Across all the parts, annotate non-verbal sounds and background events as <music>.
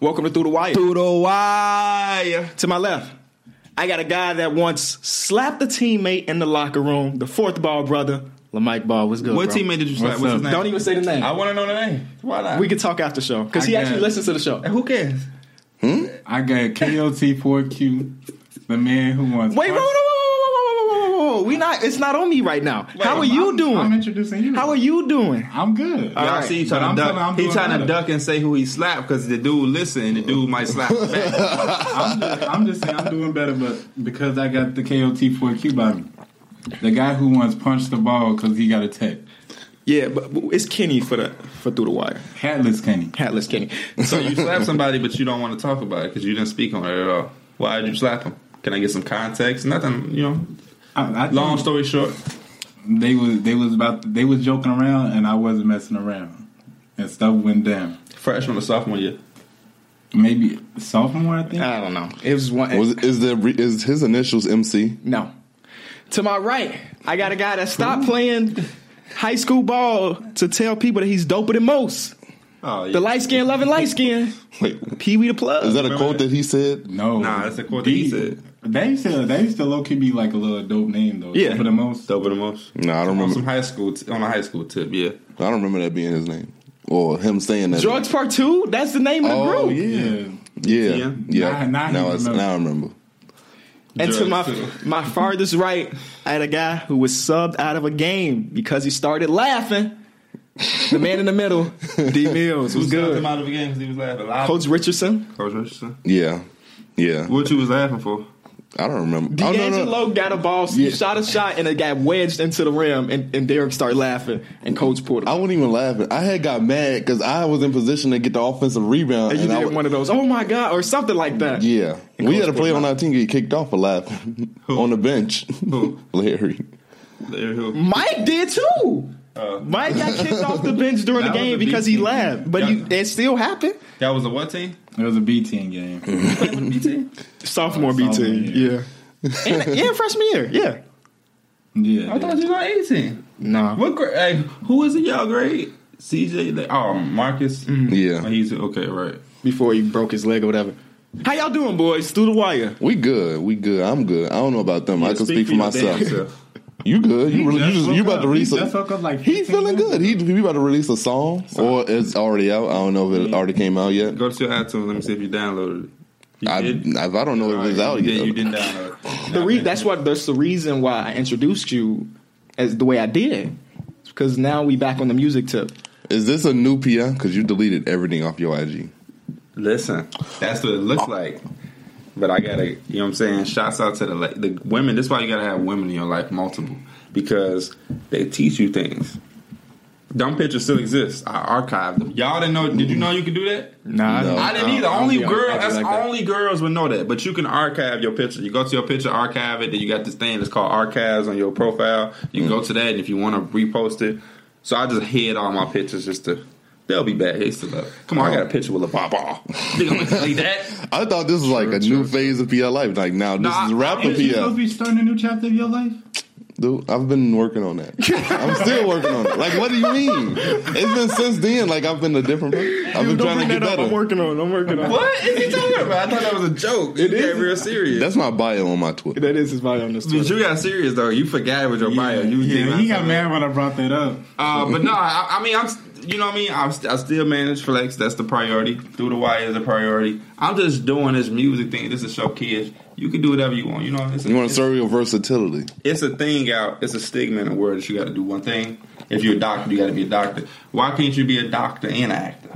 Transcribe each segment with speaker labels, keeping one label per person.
Speaker 1: Welcome to Through the Wire.
Speaker 2: Through the wire.
Speaker 1: To my left, I got a guy that once slapped a teammate in the locker room, the fourth ball brother, Lamike Ball. What's good,
Speaker 2: What
Speaker 1: bro?
Speaker 2: teammate did you slap?
Speaker 3: What's
Speaker 2: What's his
Speaker 3: up?
Speaker 2: name?
Speaker 1: Don't even say the name.
Speaker 3: I want to know the name. Why not?
Speaker 1: we could talk after show because
Speaker 3: I
Speaker 1: he
Speaker 3: got
Speaker 1: actually
Speaker 3: it.
Speaker 1: listens to the show.
Speaker 2: Who cares?
Speaker 3: I got KOT4Q, the man who wants.
Speaker 1: Wait, whoa, whoa, whoa, whoa, whoa, whoa, whoa, whoa! We not. It's not on me right now. How are
Speaker 3: I'm-
Speaker 1: you doing?
Speaker 3: I'm introducing you.
Speaker 1: How Uh, are you doing?
Speaker 3: I'm good.
Speaker 1: All
Speaker 2: I
Speaker 1: right.
Speaker 2: see you
Speaker 3: But
Speaker 2: trying
Speaker 3: I'm
Speaker 2: to duck.
Speaker 3: telling- I'm
Speaker 2: he
Speaker 3: doing
Speaker 2: trying to
Speaker 3: better.
Speaker 2: duck and say who he slapped because the dude listen and the dude might slap him back.
Speaker 3: I'm, just, I'm just saying I'm doing better, but because I got the KOT4Q by me. The guy who once punched the ball because he got a tech.
Speaker 1: Yeah, but but it's Kenny for the for through the wire.
Speaker 3: Hatless Kenny.
Speaker 1: Hatless Kenny.
Speaker 2: so you slap somebody, but you don't want to talk about it because you didn't speak on it at all. Why did you slap him? Can I get some context? Nothing, you know.
Speaker 3: I, I
Speaker 2: Long
Speaker 3: Long
Speaker 2: story short,
Speaker 3: They was they was about they was joking around and I wasn't messing around and stuff went down.
Speaker 2: freshman or sophomore year.
Speaker 3: Maybe sophomore, I
Speaker 1: <laughs>
Speaker 3: think.
Speaker 1: I don't know. It was one.
Speaker 4: Was is the re- is his initials MC?
Speaker 1: No. To my right, I got a guy that stopped playing high school ball to tell people that he's doper than most.
Speaker 2: Oh, yeah.
Speaker 1: The light skin loving light skin.
Speaker 4: Wait,
Speaker 1: Pee Wee the plug.
Speaker 4: is that a quote that he said?
Speaker 3: No,
Speaker 2: Nah, that's a quote that he
Speaker 3: He-
Speaker 2: said.
Speaker 3: They used to they used to low key be like a little dope name though.
Speaker 1: Yeah.
Speaker 3: for the most.
Speaker 2: Dope the most.
Speaker 4: No, I don't
Speaker 2: On some
Speaker 4: remember.
Speaker 2: high school t- on a high school tip, yeah.
Speaker 4: I don't remember that being his name or him saying that.
Speaker 1: Drugs Part 2? That's the name of the
Speaker 4: Oh
Speaker 1: group.
Speaker 4: yeah,
Speaker 2: Yeah.
Speaker 4: yeah,
Speaker 3: Now-
Speaker 4: yeah.
Speaker 3: now he
Speaker 4: Now, it's-
Speaker 3: remembers.
Speaker 4: now I remember.
Speaker 1: And to my
Speaker 2: Drugs too.
Speaker 1: my farthest right, I had a guy who was subbed out of a game because he started laughing. The man in the middle, D Mills, was
Speaker 2: Him
Speaker 1: good.
Speaker 2: out of the game 'cause he was laughing. Live.
Speaker 1: Coach Richardson,
Speaker 2: Coach Richardson.
Speaker 4: Yeah, yeah.
Speaker 2: What you was laughing for?
Speaker 4: I don't remember. Oh, no, no.
Speaker 1: D'Angelo got a ball, he
Speaker 4: Yeah.
Speaker 1: shot a shot, and it got wedged into the rim. And, and Derek started laughing, and Coach pulled him.
Speaker 4: I wasn't even laughing. I had got mad because I was in position to get the offensive rebound.
Speaker 1: And you
Speaker 4: I
Speaker 1: did
Speaker 4: wa-
Speaker 1: one of those, oh my God, or something like that.
Speaker 4: yeah,
Speaker 1: And
Speaker 4: we
Speaker 1: Coach
Speaker 4: had a player
Speaker 1: Porter.
Speaker 4: on our team get kicked off for laughing on the bench.
Speaker 2: Who?
Speaker 4: <laughs> Larry.
Speaker 2: Larry Hill.
Speaker 1: Mike did too.
Speaker 2: Uh,
Speaker 1: Mike got kicked off the bench during the
Speaker 2: That was
Speaker 1: game
Speaker 2: a
Speaker 1: because he
Speaker 2: beat.
Speaker 1: laughed. But
Speaker 2: Yeah.
Speaker 1: you, it still happened.
Speaker 2: That was a what team?
Speaker 3: It was a B team game.
Speaker 2: B team?
Speaker 1: Sophomore
Speaker 3: B
Speaker 1: B
Speaker 3: team,
Speaker 1: team, yeah. And, <laughs> yeah, freshman year, yeah.
Speaker 3: yeah,
Speaker 2: I thought you was on 18.
Speaker 1: Nah.
Speaker 2: What grade? Hey, who is in y'all grade? CJ? Le- Oh, Marcus? Oh,
Speaker 4: Yeah,
Speaker 2: He's okay, right.
Speaker 1: Before he broke his leg or whatever. How y'all doing, boys? Through the wire.
Speaker 4: we good. We good. I'm good. I don't know about them. I can speak, for
Speaker 2: your
Speaker 4: myself.
Speaker 2: damn self.
Speaker 4: You good? You really? You just you about to release?
Speaker 3: He
Speaker 4: A,
Speaker 3: just woke up like
Speaker 4: He's
Speaker 3: 15
Speaker 4: feeling
Speaker 3: minutes
Speaker 4: good. He, he about to release a song, or it's already out. I don't know if it already came out yet.
Speaker 2: Go to your iTunes. Let me see if you downloaded it. You
Speaker 4: I,
Speaker 2: did?
Speaker 4: I, I don't know if it's
Speaker 2: Alright,
Speaker 4: out
Speaker 2: you did-
Speaker 4: yet.
Speaker 2: you didn't download it.
Speaker 1: The re- that's what that's the reason why I introduced you as the way I did. Because now we back on the music tip.
Speaker 4: Is this a new PI? Because you deleted everything off your IG.
Speaker 2: Listen, that's what it looks like. But I gotta, you know what I'm saying? Shouts out to the la- the women. That's why you gotta have women in your life, multiple, because they teach you things. Dumb pictures still exist. I archived them. Y'all didn't know? Did you know you could do that?
Speaker 1: Nah,
Speaker 4: No.
Speaker 2: I didn't
Speaker 1: I-
Speaker 2: either.
Speaker 1: I don't
Speaker 2: only
Speaker 1: be on
Speaker 2: girl.
Speaker 1: IG
Speaker 2: That's
Speaker 1: like that.
Speaker 2: only girls would know that. But you can archive your picture. You go to your picture, archive it. Then you got this thing that's called archives on your profile. You can go to that, and if you want to repost it, so I just hid all my pictures just to. They'll be back. They still up. Come on, I got a picture with a baba. Think I'm gonna delete that?
Speaker 4: I thought this was like a new phase of PI life. Like now, this
Speaker 2: Nah,
Speaker 4: is rapper
Speaker 3: Is you supposed to
Speaker 4: PI.
Speaker 3: be starting a new chapter of your life?
Speaker 4: Dude, I've been working on that. I'm still working on it. Like, what do you mean? It's been since then. Like I've been a different person. I've been
Speaker 1: Dude,
Speaker 4: trying to
Speaker 1: bring
Speaker 4: get
Speaker 1: that up.
Speaker 4: better.
Speaker 1: I'm working on. it. I'm working on. it.
Speaker 2: What is he talking about? I thought that was a joke. It is real serious.
Speaker 4: That's my bio on my Twitter.
Speaker 1: That is his body on this.
Speaker 2: but
Speaker 1: Twitter.
Speaker 2: you got serious though. You forgot with your bio. You
Speaker 3: yeah,
Speaker 2: did
Speaker 3: he got
Speaker 2: not-
Speaker 3: mad when I brought that up.
Speaker 2: Uh, but no, I, I mean, I'm. st- You know what I mean? I'm st- I still manage flex. That's the priority. Through the wire is a priority. I'm just doing this music thing. This is show kids. You can do whatever you want. You know, it's a,
Speaker 4: You want to serve your versatility?
Speaker 2: it's a thing out. It's a stigma in the world that you got to do one thing. If you're a doctor, you got to be a doctor. Why can't you be a doctor and an actor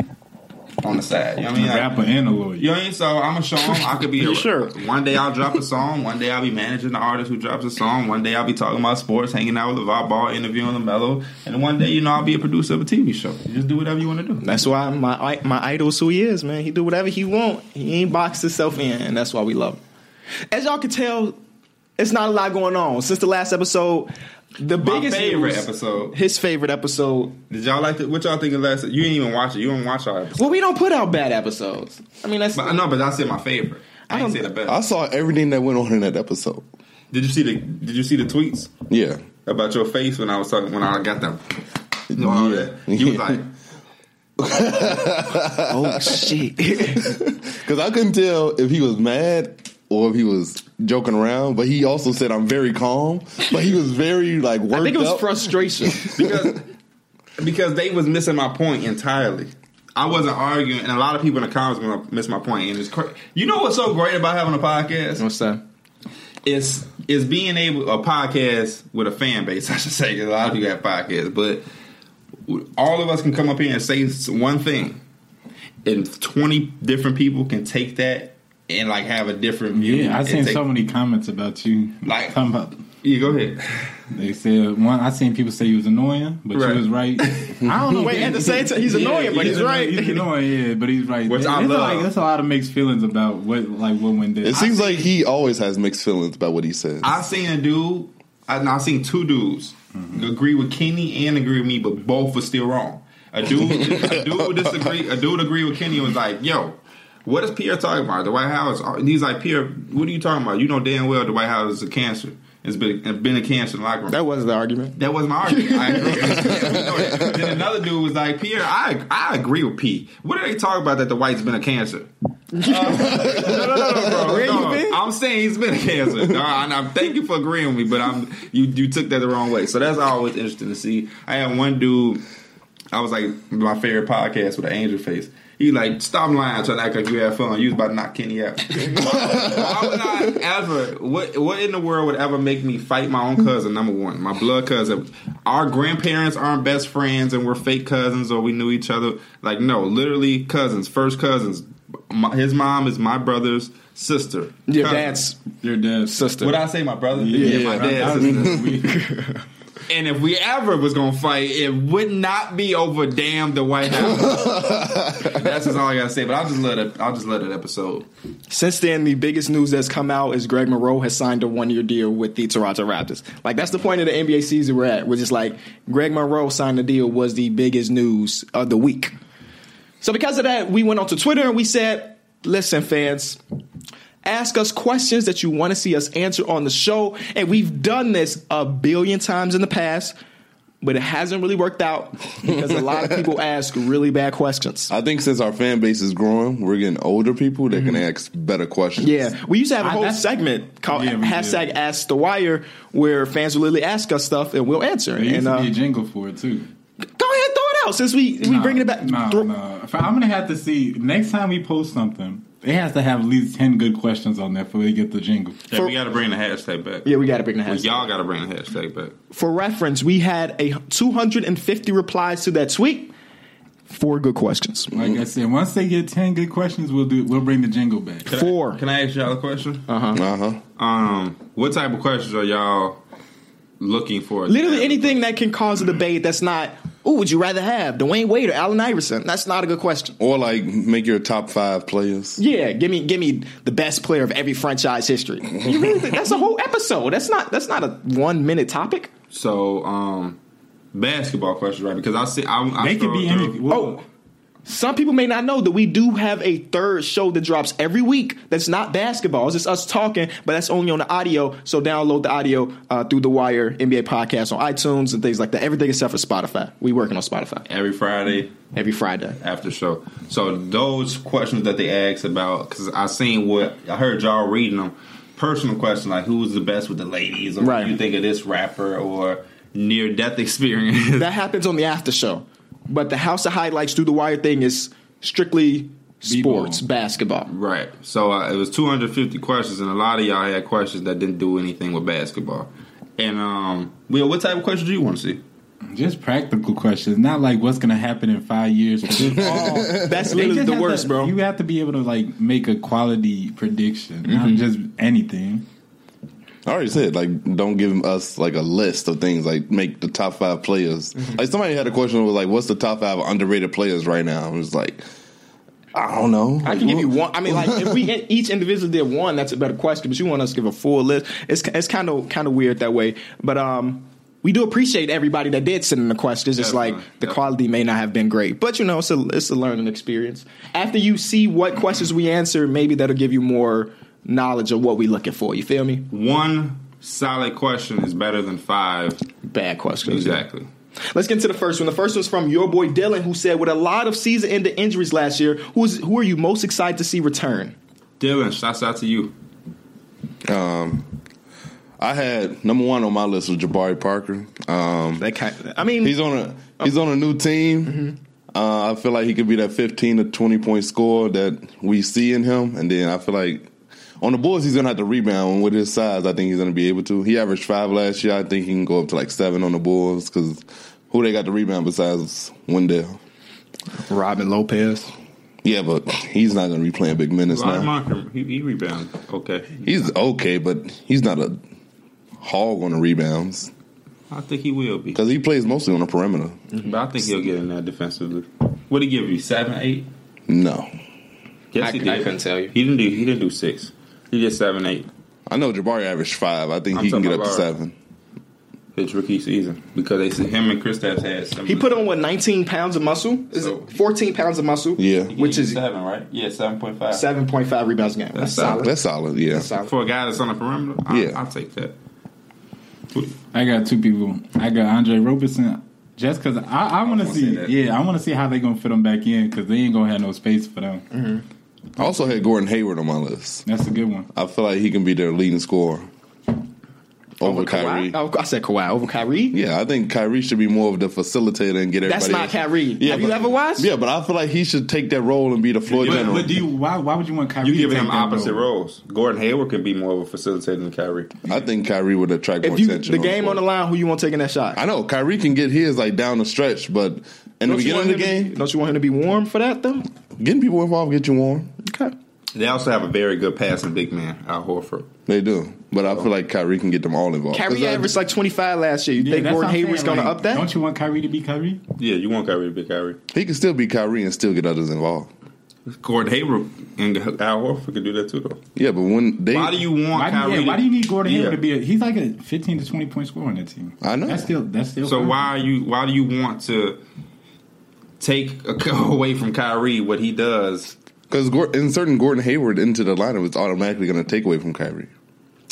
Speaker 2: on the side? You know what I mean?
Speaker 3: A
Speaker 2: Like,
Speaker 3: rapper and a lawyer.
Speaker 2: you know what I mean? So I'm gonna show them I could be
Speaker 1: You
Speaker 2: a,
Speaker 1: sure?
Speaker 2: One day I'll drop a song. One day I'll be managing the artist who drops a song. One day I'll be talking about sports, hanging out with LeVar Ball, interviewing LaMelo. And one day, you know, I'll be a producer of a TV show. You just do whatever you want to do.
Speaker 1: That's why my my idol's who he is, man. He do whatever he want. He ain't boxed himself in, and that's why we love him. As y'all can tell, it's not a lot going on since the last episode. The
Speaker 2: My
Speaker 1: biggest
Speaker 2: favorite
Speaker 1: news-
Speaker 2: episode.
Speaker 1: his favorite episode.
Speaker 2: Did y'all like it? What y'all think of last? You didn't even watch it. You didn't watch our episode.
Speaker 1: Well, we don't put out bad episodes. I mean, that's <laughs>
Speaker 2: But no, but I said my favorite. I,
Speaker 1: I
Speaker 2: didn't
Speaker 1: don't-
Speaker 2: say the best.
Speaker 4: I saw everything that went on in that episode.
Speaker 2: did you see the Did you see the tweets
Speaker 4: Yeah.
Speaker 2: about your face when I was talking when I got them? You know, all that. You was like,
Speaker 1: Oh shit!
Speaker 4: Because I couldn't tell if he was mad or if he was joking around. But he also said, "I'm very calm." But he was very like worked
Speaker 1: I think it was
Speaker 4: up.
Speaker 1: frustration.
Speaker 2: because because they was missing my point entirely. I wasn't arguing, and a lot of people in the comments gonna miss my point. And it's cra- you know what's so great about having a podcast
Speaker 1: What's that?
Speaker 2: is is being able a podcast with a fan base. <laughs> I should say 'cause a lot of people have podcasts, but all of us can come up here and say s- one thing, and twenty different people can take that and like have a different view.
Speaker 3: Yeah, I
Speaker 2: and
Speaker 3: seen
Speaker 2: take-
Speaker 3: so many comments about you.
Speaker 2: Like-
Speaker 3: talking about
Speaker 2: Yeah, go ahead.
Speaker 3: they said one. I seen people say you was annoying, but
Speaker 2: Right.
Speaker 3: you was right. I don't know.
Speaker 1: Wait, at the same time, he's annoying, but he's
Speaker 3: anno-
Speaker 1: right.
Speaker 3: He's annoying, yeah, but he's right.
Speaker 2: Which
Speaker 3: There-
Speaker 2: I
Speaker 3: there's a,
Speaker 2: love.
Speaker 3: like, there's a lot of mixed feelings about what like what went there.
Speaker 4: It seems like he always has mixed feelings about what he says.
Speaker 2: I seen a dude. I, no, I seen two dudes agree with Kenny and agree with me, but both were still wrong. A dude, a dude disagree. A dude agreed with Kenny and was like, "Yo, what is Pierre talking about? The White House?" And he's like, "Pierre, what are you talking about? You know damn well the White House is a cancer. It's been it's been a cancer in the locker room."
Speaker 1: That wasn't the argument.
Speaker 2: That was my argument. I agree. <laughs> We know that. then another dude was like, Pierre, I I agree with P. What are they talking about that the white's been a cancer? Uh, no, no, no, no, bro.
Speaker 1: Where you
Speaker 2: No,
Speaker 1: been?
Speaker 2: I'm saying he's been a cancer. No, and I'm thank you for agreeing with me, but I'm you you took that the wrong way. So that's always interesting to see. I had one dude. I was like my favorite podcast with an angel face. He like stop lying, trying to act like you had fun. You was about to knock Kenny out. Why would I ever? What What in the world would ever make me fight my own cousin? Number one, my blood cousin. Our grandparents aren't best friends, and we're fake cousins, or we knew each other. Like no, literally cousins, first cousins. My, his mom is my brother's sister.
Speaker 1: Your
Speaker 2: Cousin.
Speaker 1: dad's
Speaker 3: Your dad,
Speaker 1: sister.
Speaker 2: Would I say my brother?
Speaker 3: yeah,
Speaker 2: my
Speaker 3: right.
Speaker 2: dad's
Speaker 3: I
Speaker 2: sister.
Speaker 3: remember we-
Speaker 2: <laughs> And if we ever was gonna fight, it would not be over damn the White House. <laughs> That's just all I gotta say. But I'll just let it. I'll just let it episode.
Speaker 1: Since then, the biggest news that's come out is Greg Monroe has signed a one-year deal with the Toronto Raptors. Like that's the point of the NBA season we're at, which is like Greg Monroe signed a deal was the biggest news of the week. So because of that, we went onto Twitter and we said, "Listen, fans, ask us questions that you want to see us answer on the show." And we've done this a billion times in the past, but it hasn't really worked out because a lot of people ask really bad questions.
Speaker 4: I think since our fan base is growing, we're getting older people that can ask better questions.
Speaker 1: Mm-hmm. Yeah, we used to have a
Speaker 3: I-
Speaker 1: whole
Speaker 3: that's-
Speaker 1: segment called
Speaker 3: Yeah, we did.
Speaker 1: hashtag Ask the Wire where fans will literally ask us stuff and we'll answer.
Speaker 3: There used
Speaker 1: And
Speaker 3: to
Speaker 1: uh, go
Speaker 3: be a
Speaker 1: ahead,
Speaker 3: jingle for it too.
Speaker 1: throw it out since we we
Speaker 3: Nah,
Speaker 1: bringing it back.
Speaker 3: Nah,
Speaker 1: Throw-
Speaker 3: nah. If- I'm gonna have to see next time we post something. It has to have at least ten good questions on there before they get the jingle.
Speaker 2: Yeah, we gotta bring the hashtag back.
Speaker 1: Yeah, we got to bring the hashtag.
Speaker 2: Y'all gotta bring the hashtag back.
Speaker 1: For reference, we had a 250 replies to that tweet. Four good questions.
Speaker 3: Like I said, once they get ten good questions, we'll do. We'll bring the jingle back.
Speaker 1: Four.
Speaker 2: Can I ask y'all a question?
Speaker 4: Uh
Speaker 1: Uh-huh.
Speaker 4: huh.
Speaker 2: Um, what type of questions are y'all looking for?
Speaker 1: Literally anything that can cause a debate that's not. Ooh, would you rather have Dwayne Wade or Allen Iverson? That's not a good question.
Speaker 4: Or like make your top five players.
Speaker 1: Yeah, give me give me the best player of every franchise history. You really think that's a whole episode? That's not that's not a one minute topic.
Speaker 2: So, um, basketball questions, right? Because I see. I, I
Speaker 3: They could
Speaker 2: scroll
Speaker 3: be
Speaker 2: through.
Speaker 3: any. Well,
Speaker 1: Oh. Some people may not know that we do have a third show that drops every week that's not basketball. It's just us talking, but that's only on the audio. So download the audio uh, through the Wire NBA podcast on iTunes and things like that. Everything except for Spotify. We working on Spotify
Speaker 2: every Friday.
Speaker 1: every Friday.
Speaker 2: after show. So those questions that they asked about, because I seen what I heard y'all reading them. Personal question like, who's the best with the ladies, or what
Speaker 1: Right.
Speaker 2: do you think of this rapper, or near death <laughs> experience?
Speaker 1: That happens on the after show, but the House of Highlights through the Wire thing is strictly sports basketball.
Speaker 2: right. So uh, it was 250 questions, and a lot of y'all had questions that didn't do anything with basketball. And um, Will, what type of questions do you want to see?
Speaker 3: just practical questions, not like what's gonna happen in five years. But just all-
Speaker 1: That's
Speaker 3: Oh. They
Speaker 1: literally
Speaker 3: just
Speaker 1: the
Speaker 3: have
Speaker 1: worst,
Speaker 3: to-
Speaker 1: bro.
Speaker 3: You have to be able to like make a quality prediction, not just anything.
Speaker 4: I already said like don't give us like a list of things like make the top five players.
Speaker 1: Mm-hmm.
Speaker 4: Like somebody had a question was like, what's the top five underrated players right now? It was like, I don't know.
Speaker 1: I can give you one. I mean, like if we each individual did one, that's a better question. But you want us to give a full list? It's it's kind of kind of weird that way. But um, we do appreciate everybody that did send in the questions. It's like
Speaker 2: Definitely,
Speaker 1: the
Speaker 2: definitely.
Speaker 1: quality may not have been great, but you know, it's a it's a learning experience. After you see what questions we answer, maybe that'll give you more knowledge of what we looking for. You feel me?
Speaker 2: One solid question is better than five.
Speaker 1: Bad questions.
Speaker 2: Exactly.
Speaker 1: Let's get into the first one. The first one's from your boy Dylan, who said, "With a lot of season-ending injuries last year, who's who are you most excited to see return?"
Speaker 2: Dylan, shouts out to you.
Speaker 4: Um, I had number one on my list was Jabari Parker. Um,
Speaker 1: That kind. I mean,
Speaker 4: he's on a he's on a new team.
Speaker 1: Mm-hmm.
Speaker 4: Uh, I feel like he could be that fifteen to twenty point scorer that we see in him, and then I feel like on the Bulls he's gonna have to rebound. And with his size, I think he's gonna be able to. He averaged five last year. I think he can go up to like seven on the Bulls because who they got to rebound besides Wendell?
Speaker 1: Robin Lopez.
Speaker 4: Yeah, but he's not gonna be playing big minutes
Speaker 2: Ryan
Speaker 4: now.
Speaker 2: Markham, he, he rebounded. Okay.
Speaker 4: He's okay, but he's not a hog on the rebounds
Speaker 2: I think he will be.
Speaker 4: because he plays mostly on the perimeter.
Speaker 2: But I think he'll get in there defensively. What did he give you? Seven, eight?
Speaker 4: No,
Speaker 2: Yes,
Speaker 1: I-
Speaker 2: he
Speaker 1: I
Speaker 2: did.
Speaker 1: couldn't tell you.
Speaker 2: He didn't do. He didn't do six. He did seven, eight.
Speaker 4: I know Jabari averaged five. I think
Speaker 2: I'm
Speaker 4: he can
Speaker 2: talking
Speaker 4: get up to
Speaker 2: about-
Speaker 4: seven.
Speaker 2: His rookie season because they see him and Kristaps had. Some,
Speaker 1: He put on what 19 pounds of muscle? Is
Speaker 2: So-
Speaker 1: it 14 pounds of muscle?
Speaker 4: Yeah.
Speaker 1: which is
Speaker 2: seven, right? Yeah, seven point five.
Speaker 1: 7.5 rebounds a game. That's,
Speaker 2: That's
Speaker 1: solid.
Speaker 4: That's solid. Yeah.
Speaker 1: That's solid.
Speaker 2: for a guy that's on the perimeter. I,
Speaker 4: Yeah.
Speaker 2: I'll take that.
Speaker 3: I got two people. I got Andre Roberson. Just because I, I want to
Speaker 2: wanna
Speaker 3: see,
Speaker 2: see that.
Speaker 3: yeah, I want to see how they gonna fit them back in because they ain't gonna have no space for them.
Speaker 4: I also had Gordon Hayward on my list.
Speaker 3: That's a good one.
Speaker 4: I feel like he can be their leading scorer over, Kyrie.
Speaker 1: Kawhi? Oh, I said Kawhi over Kyrie.
Speaker 4: Yeah, I think Kyrie should be more of the facilitator and get everybody.
Speaker 1: That's not
Speaker 4: else-
Speaker 1: Kyrie.
Speaker 4: Yeah,
Speaker 1: Have you
Speaker 4: but-
Speaker 1: ever watched?
Speaker 4: Yeah, but I feel like he should take that role and be the floor
Speaker 3: But,
Speaker 4: general.
Speaker 3: but do you? Why? Why would you want Kyrie?
Speaker 2: You giving
Speaker 3: to take
Speaker 2: him
Speaker 3: that
Speaker 2: opposite
Speaker 3: role?
Speaker 2: roles. Gordon Hayward could be more of a facilitator than Kyrie.
Speaker 4: I think Kyrie would attract more
Speaker 1: If you
Speaker 4: attention.
Speaker 1: the game on the
Speaker 4: court.
Speaker 1: line, who you want taking that shot?
Speaker 4: I know Kyrie can get his like down the stretch, but in the
Speaker 1: Don't you
Speaker 4: beginning
Speaker 1: want
Speaker 4: of the
Speaker 1: him to-
Speaker 4: game,
Speaker 1: don't you want him to be warm for that though?
Speaker 4: getting people involved get you warm.
Speaker 1: Okay.
Speaker 2: They also have a very good passing big man, Al Horford.
Speaker 4: They do, but I feel like Kyrie can get them all involved. 'Cause
Speaker 1: Kyrie
Speaker 4: I-
Speaker 1: averaged like 25 last year. You
Speaker 3: Yeah,
Speaker 1: think
Speaker 3: that's
Speaker 1: Gordon
Speaker 3: what I'm
Speaker 1: Hayward's
Speaker 3: saying,
Speaker 1: going to
Speaker 3: like,
Speaker 1: up that?
Speaker 3: Don't you want Kyrie to be Kyrie?
Speaker 2: Yeah, you want Kyrie to be Kyrie.
Speaker 4: He can still be Kyrie and still get others involved.
Speaker 2: Gordon Hayward and Al Horford could do that too, though.
Speaker 4: Yeah, but when they,
Speaker 2: Why do you want
Speaker 3: Why, do-
Speaker 2: Kyrie?
Speaker 3: yeah, why do you need Gordon
Speaker 2: Yeah.
Speaker 3: Hayward to be? A, he's like a fifteen to twenty point scorer on that team.
Speaker 4: I know.
Speaker 3: That's still that's still.
Speaker 2: So
Speaker 3: fine.
Speaker 2: why are you? Why do you want to take a, <laughs> away from Kyrie what he does?
Speaker 4: Because inserting Gordon Hayward into the lineup is automatically going to take away from Kyrie.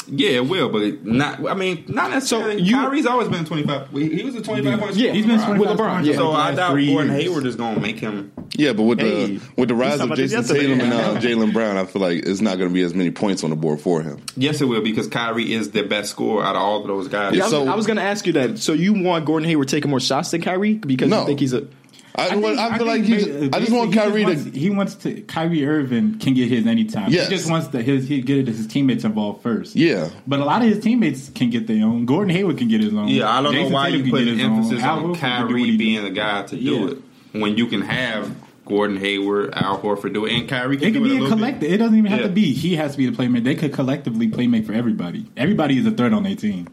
Speaker 2: Yeah, it will, but not. I mean, not necessarily.
Speaker 1: you-
Speaker 2: Kyrie's always been twenty five. He was a twenty five point.
Speaker 1: Yeah,
Speaker 2: scorer,
Speaker 3: He's been
Speaker 2: right?
Speaker 3: 25
Speaker 1: With LeBron,
Speaker 3: points
Speaker 1: yeah.
Speaker 3: for
Speaker 2: So
Speaker 3: the
Speaker 2: I
Speaker 3: last
Speaker 2: doubt
Speaker 3: three
Speaker 2: Gordon
Speaker 3: years.
Speaker 2: Hayward is going to make him.
Speaker 4: Yeah, but with
Speaker 1: Hey,
Speaker 4: the with the rise
Speaker 1: talked
Speaker 4: of
Speaker 1: about this
Speaker 4: Jason
Speaker 1: yesterday.
Speaker 4: Tatum and uh, Jalen Brown, I feel like it's not going to be as many points on the board for him.
Speaker 2: Yes, it will because Kyrie is the best scorer out of all of those guys.
Speaker 1: Yeah, I was-
Speaker 4: so-
Speaker 1: I was going to ask you that. So you want Gordon Hayward taking more shots than Kyrie because
Speaker 4: No.
Speaker 1: you think he's a
Speaker 4: I,
Speaker 3: think-
Speaker 4: well, I feel
Speaker 3: think
Speaker 4: like he,
Speaker 3: ba-
Speaker 4: just- I just want
Speaker 3: basically
Speaker 4: Kyrie
Speaker 3: he wants,
Speaker 4: to.
Speaker 3: He wants to. Kyrie Irving can get his anytime.
Speaker 4: Yes.
Speaker 3: He just wants to his he get it, his teammates involved first.
Speaker 4: Yeah,
Speaker 3: But a lot of his teammates can get their own. Gordon Hayward can get his own.
Speaker 2: Yeah, I don't
Speaker 3: Jason
Speaker 2: know why
Speaker 3: Tatum
Speaker 2: you
Speaker 3: can
Speaker 2: put
Speaker 3: get his own.
Speaker 2: emphasis
Speaker 3: Al
Speaker 2: on
Speaker 3: Horford can do what
Speaker 2: Kyrie
Speaker 3: he do.
Speaker 2: being the guy to do
Speaker 3: Yeah.
Speaker 2: it when you can have Gordon Hayward, Al Horford do it, and Kyrie can
Speaker 3: It
Speaker 2: do
Speaker 3: could
Speaker 2: it
Speaker 3: be a
Speaker 2: little bit.
Speaker 3: collective. It doesn't even have
Speaker 2: Yeah.
Speaker 3: to be. He has to be the playmaker. They could collectively playmake for everybody. Everybody is a threat on their team.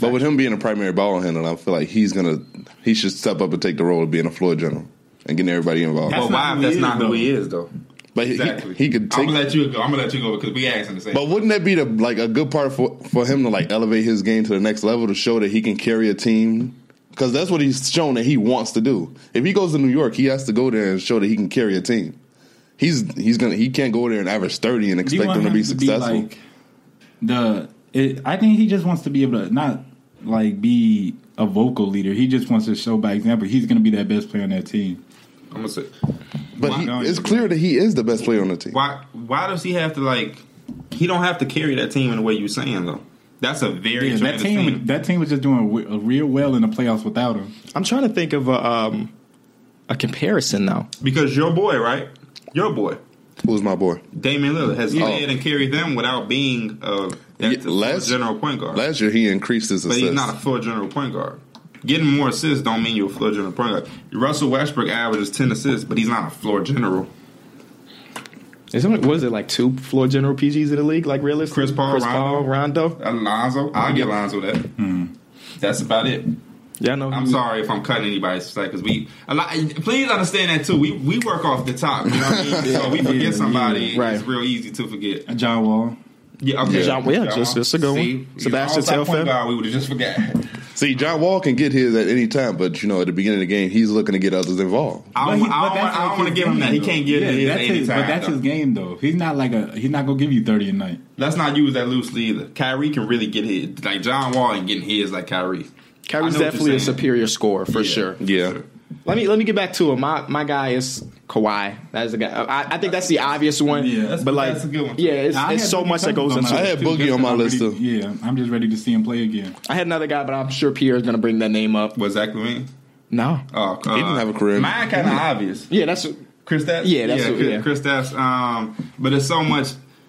Speaker 4: but with him being a primary ball handler, I feel like he's gonna he should step up and take the role of being a floor general and getting everybody involved.
Speaker 3: That's
Speaker 2: But why
Speaker 3: not
Speaker 2: if
Speaker 3: who
Speaker 2: that's
Speaker 3: he
Speaker 2: not
Speaker 3: is,
Speaker 2: who
Speaker 3: though.
Speaker 2: he is though?
Speaker 4: but he-
Speaker 2: Exactly.
Speaker 4: he, he could
Speaker 2: I'm
Speaker 4: take.
Speaker 2: gonna let you go. I'm gonna let you go because we asking the same.
Speaker 4: But wouldn't that be the like a good part for for him to like elevate his game to the next level to show that he can carry a team? Because that's what he's shown that he wants to do. If he goes to New York, he has to go there and show that he can carry a team. He's he's gonna he can't go there and average thirty and
Speaker 3: Do you
Speaker 4: expect
Speaker 3: want
Speaker 4: them to
Speaker 3: him
Speaker 4: be successful.
Speaker 3: like the? It, I think he just wants to be able to not like be a vocal leader. He just wants to show by example. He's going to be that best player on that team.
Speaker 2: I'm gonna say
Speaker 4: but
Speaker 2: why
Speaker 4: he,
Speaker 2: don't
Speaker 4: it's
Speaker 2: you?
Speaker 4: clear that he is the best player on the team.
Speaker 2: why? Why does he have to like? He don't have to carry that team in the way you saying though. That's a very
Speaker 3: Yeah, that
Speaker 2: tremendous
Speaker 3: team,
Speaker 2: team.
Speaker 3: That team was just doing w- real well in the playoffs without him.
Speaker 1: I'm trying to think of a um a comparison now.
Speaker 2: because your boy, right? Your boy,
Speaker 4: Who's my boy?
Speaker 2: Damian Lillard, has
Speaker 4: Yeah.
Speaker 2: led and carried them without being uh,
Speaker 4: Oh. Yeah,
Speaker 2: that's a
Speaker 4: last-
Speaker 2: general point guard.
Speaker 4: Last year he increased his
Speaker 2: But
Speaker 4: assists.
Speaker 2: he's not a floor general point guard. Getting more assists don't mean you're a floor general point guard. Russell Westbrook averages ten assists, but he's not a floor general.
Speaker 1: Is it, was it like two floor general PGs in the league? Like realistic?
Speaker 2: Chris Paul,
Speaker 1: Chris
Speaker 2: Rondo.
Speaker 1: Paul, Rondo.
Speaker 2: Alonzo, I'll give Alonzo that. That's about it.
Speaker 1: Yeah, I know.
Speaker 2: I'm sorry if I'm cutting anybody's slack because we a lot. Please understand that too. We we work off the top. You know what I mean? So we forget
Speaker 3: Yeah,
Speaker 2: somebody.
Speaker 1: yeah, right.
Speaker 2: It's real easy to forget.
Speaker 3: John Wall.
Speaker 2: Yeah, okay.
Speaker 4: Yeah. John-
Speaker 1: yeah, just- just a good
Speaker 2: See?
Speaker 1: one.
Speaker 2: He's
Speaker 1: Sebastian
Speaker 2: all-star point
Speaker 1: Telfair.
Speaker 2: guard, We would have just forgot.
Speaker 4: See, John Wall can get his at any time, but you know at the beginning of the game he's looking to get others involved.
Speaker 2: I
Speaker 3: But
Speaker 2: don't,
Speaker 3: he-
Speaker 2: want- I
Speaker 3: but
Speaker 2: don't, want-
Speaker 3: that's
Speaker 2: I don't
Speaker 3: like
Speaker 2: want to
Speaker 3: his
Speaker 2: give him
Speaker 3: game,
Speaker 2: that. He
Speaker 3: though.
Speaker 2: can't give
Speaker 3: Yeah,
Speaker 2: it his
Speaker 3: that's his,
Speaker 2: anytime,
Speaker 3: but that's
Speaker 2: though.
Speaker 3: his game though. He's not like a. He's not gonna give you thirty a night.
Speaker 2: Let's not use that loosely either. Kyrie can really get his. Like John Wall ain't getting his like Kyrie.
Speaker 1: Kyrie's
Speaker 2: I know what
Speaker 1: definitely
Speaker 2: you're
Speaker 1: a
Speaker 2: saying.
Speaker 1: superior scorer for sure.
Speaker 4: Yeah.
Speaker 1: Let me let me get back to him. My my guy is Kawhi. That's the guy. I, I think that's the obvious one.
Speaker 3: Yeah, that's-
Speaker 1: but like,
Speaker 2: that's a good one.
Speaker 1: yeah, it's,
Speaker 3: Now, I
Speaker 1: it's
Speaker 3: had
Speaker 1: so
Speaker 3: Boogie
Speaker 1: much that
Speaker 3: Cousins
Speaker 1: goes
Speaker 3: on
Speaker 1: into.
Speaker 3: my
Speaker 1: it.
Speaker 4: I had
Speaker 3: too,
Speaker 4: Boogie
Speaker 3: just
Speaker 4: on my
Speaker 3: I'm
Speaker 4: list,
Speaker 3: ready-
Speaker 4: too.
Speaker 3: Yeah, I'm just ready to see him play again.
Speaker 1: I had another guy, but I'm sure Pierre's gonna bring that name up.
Speaker 2: What Zach Levine?
Speaker 1: No.
Speaker 2: Oh, uh,
Speaker 4: didn't have a career.
Speaker 2: Mine kind of obvious.
Speaker 1: Yeah, that's
Speaker 2: Chris Stapps?
Speaker 1: Yeah, that's
Speaker 2: yeah,
Speaker 1: what- yeah.
Speaker 2: Chris Stapps. Um, but there's so much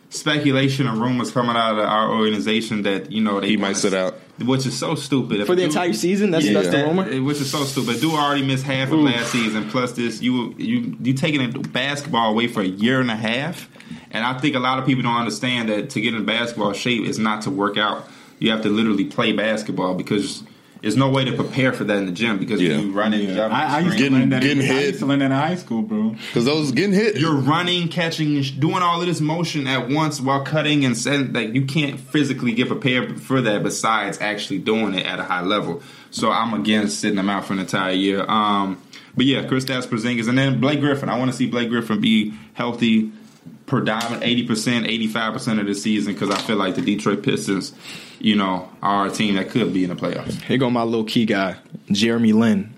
Speaker 2: speculation and rumors coming out of our organization that you know they
Speaker 4: He might
Speaker 2: wanna-
Speaker 4: sit out.
Speaker 2: which is so stupid. If
Speaker 1: for the
Speaker 2: you-
Speaker 1: entire season. That's that's the
Speaker 2: that-
Speaker 1: rumor.
Speaker 2: which is so stupid. Do already missed half of last season. Plus this, you you you taking a basketball away for a year and a half, and I think a lot of people don't understand that to get in basketball shape is not to work out. You have to literally play basketball because there's no way to prepare for that in the gym because
Speaker 4: Yeah.
Speaker 2: you running.
Speaker 3: Yeah,
Speaker 2: jumping,
Speaker 3: I, I used
Speaker 4: Getting-
Speaker 3: to learn that.
Speaker 4: getting
Speaker 3: in, I
Speaker 4: hit.
Speaker 3: used to learn that in high school, bro.
Speaker 4: Because those getting hit.
Speaker 2: you're running, catching, and sh- doing all of this motion at once while cutting and send, like you can't physically get prepared for that. Besides actually doing it at a high level, so I'm against sitting them out for an entire year. Um, but yeah, Chris Porzingis, and then Blake Griffin. I want to see Blake Griffin be healthy, predominant eighty percent, eighty five percent of the season because I feel like the Detroit Pistons, you know, are a team that could be in the playoffs.
Speaker 1: Here go my little key guy, Jeremy Lin.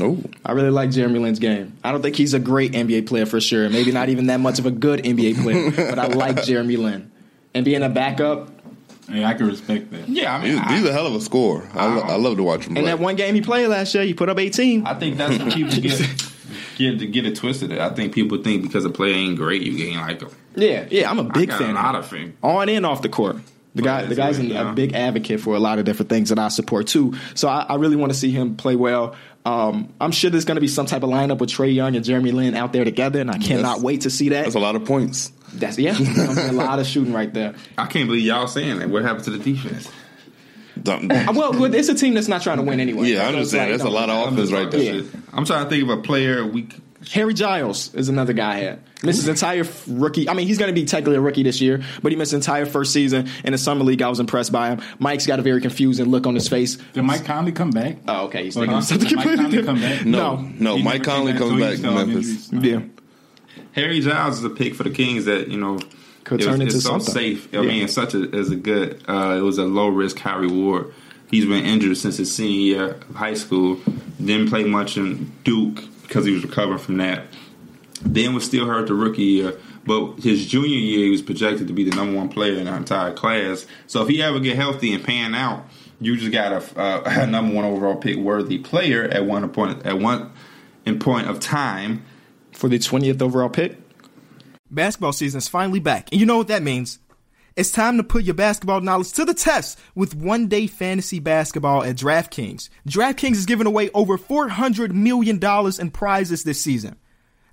Speaker 4: Oh.
Speaker 1: I really like Jeremy Lin's game. I don't think he's a great NBA player for sure. Maybe not even that much of a good NBA
Speaker 2: <laughs>
Speaker 1: player, but I like Jeremy Lin. And being a backup,
Speaker 3: Hey, I can respect that.
Speaker 2: Yeah, I mean,
Speaker 4: He's,
Speaker 2: I-
Speaker 4: he's a hell of a scorer. I, lo- I love to watch him
Speaker 1: in
Speaker 4: play.
Speaker 1: that one game he played last year, he put up 18.
Speaker 2: I think that's what people get get to get it twisted. I think people think because a player ain't great, you ain't like him.
Speaker 1: Yeah, yeah, I'm a big
Speaker 2: I got
Speaker 1: fan.
Speaker 2: a lot of him.
Speaker 1: on and off the court. The guy, the
Speaker 2: that's
Speaker 1: guy's
Speaker 2: good,
Speaker 1: an-
Speaker 2: yeah.
Speaker 1: a big advocate for a lot of different things that I support too. So I, I really want to see him play well. Um, I'm sure there's going to be some type of lineup with Trey Young and Jeremy Lin out there together, and I cannot wait to see that.
Speaker 4: That's
Speaker 1: That's,
Speaker 4: a lot of points.
Speaker 2: <laughs>
Speaker 1: yeah, it's gonna be a lot of shooting right there.
Speaker 2: I can't believe y'all saying that. What happened to the defense?
Speaker 1: <laughs>
Speaker 4: Don't-
Speaker 1: Uh, Well, well, it's a team that's not trying to win anyway.
Speaker 4: yeah, I
Speaker 1: So it's
Speaker 4: understand.
Speaker 1: like,
Speaker 4: That's a
Speaker 1: no.
Speaker 4: lot of offense right there.
Speaker 1: Yeah.
Speaker 2: I'm trying to think of a player we. c-
Speaker 1: Harry Giles is another guy here. Missed his entire f- rookie. I mean, he's going to be technically a rookie this year, but he missed his entire first season in the summer league. I was impressed by him. Mike's got a very confusing look on his face.
Speaker 3: Did Mike Conley come back?
Speaker 1: Oh, okay, he's
Speaker 3: Or
Speaker 1: thinking of
Speaker 3: did
Speaker 1: something
Speaker 3: Mike
Speaker 1: completely
Speaker 3: Conley come
Speaker 1: different.
Speaker 3: back?
Speaker 4: Uh, No,
Speaker 1: No.
Speaker 4: no.
Speaker 3: He
Speaker 4: Mike
Speaker 3: never came
Speaker 4: Conley
Speaker 3: so
Speaker 4: comes
Speaker 3: he
Speaker 4: back
Speaker 3: was
Speaker 4: to
Speaker 3: still on
Speaker 4: Memphis.
Speaker 3: injuries.
Speaker 1: Yeah.
Speaker 2: Harry Giles is a pick for the Kings that you know
Speaker 1: Could
Speaker 2: it
Speaker 1: turn
Speaker 2: was,
Speaker 1: into
Speaker 2: it's so
Speaker 1: something.
Speaker 2: safe. I
Speaker 1: Yeah.
Speaker 2: mean, it's such a as a good. Uh, it was a low risk, high reward. He's been injured since his senior year of high school. Didn't play much in Duke because he was recovering from that. Then was still hurt the rookie year, but his junior year he was projected to be the number one player in our entire class. So if he ever get healthy and pan out, you just got a, uh, <laughs> a number one overall pick worthy player at one point at one in point of time.
Speaker 1: for the 20th overall pick. Basketball season is finally back, and you know what that means. It's time to put your basketball knowledge to the test with one day fantasy basketball at DraftKings. DraftKings is giving away over $400 million in prizes this season.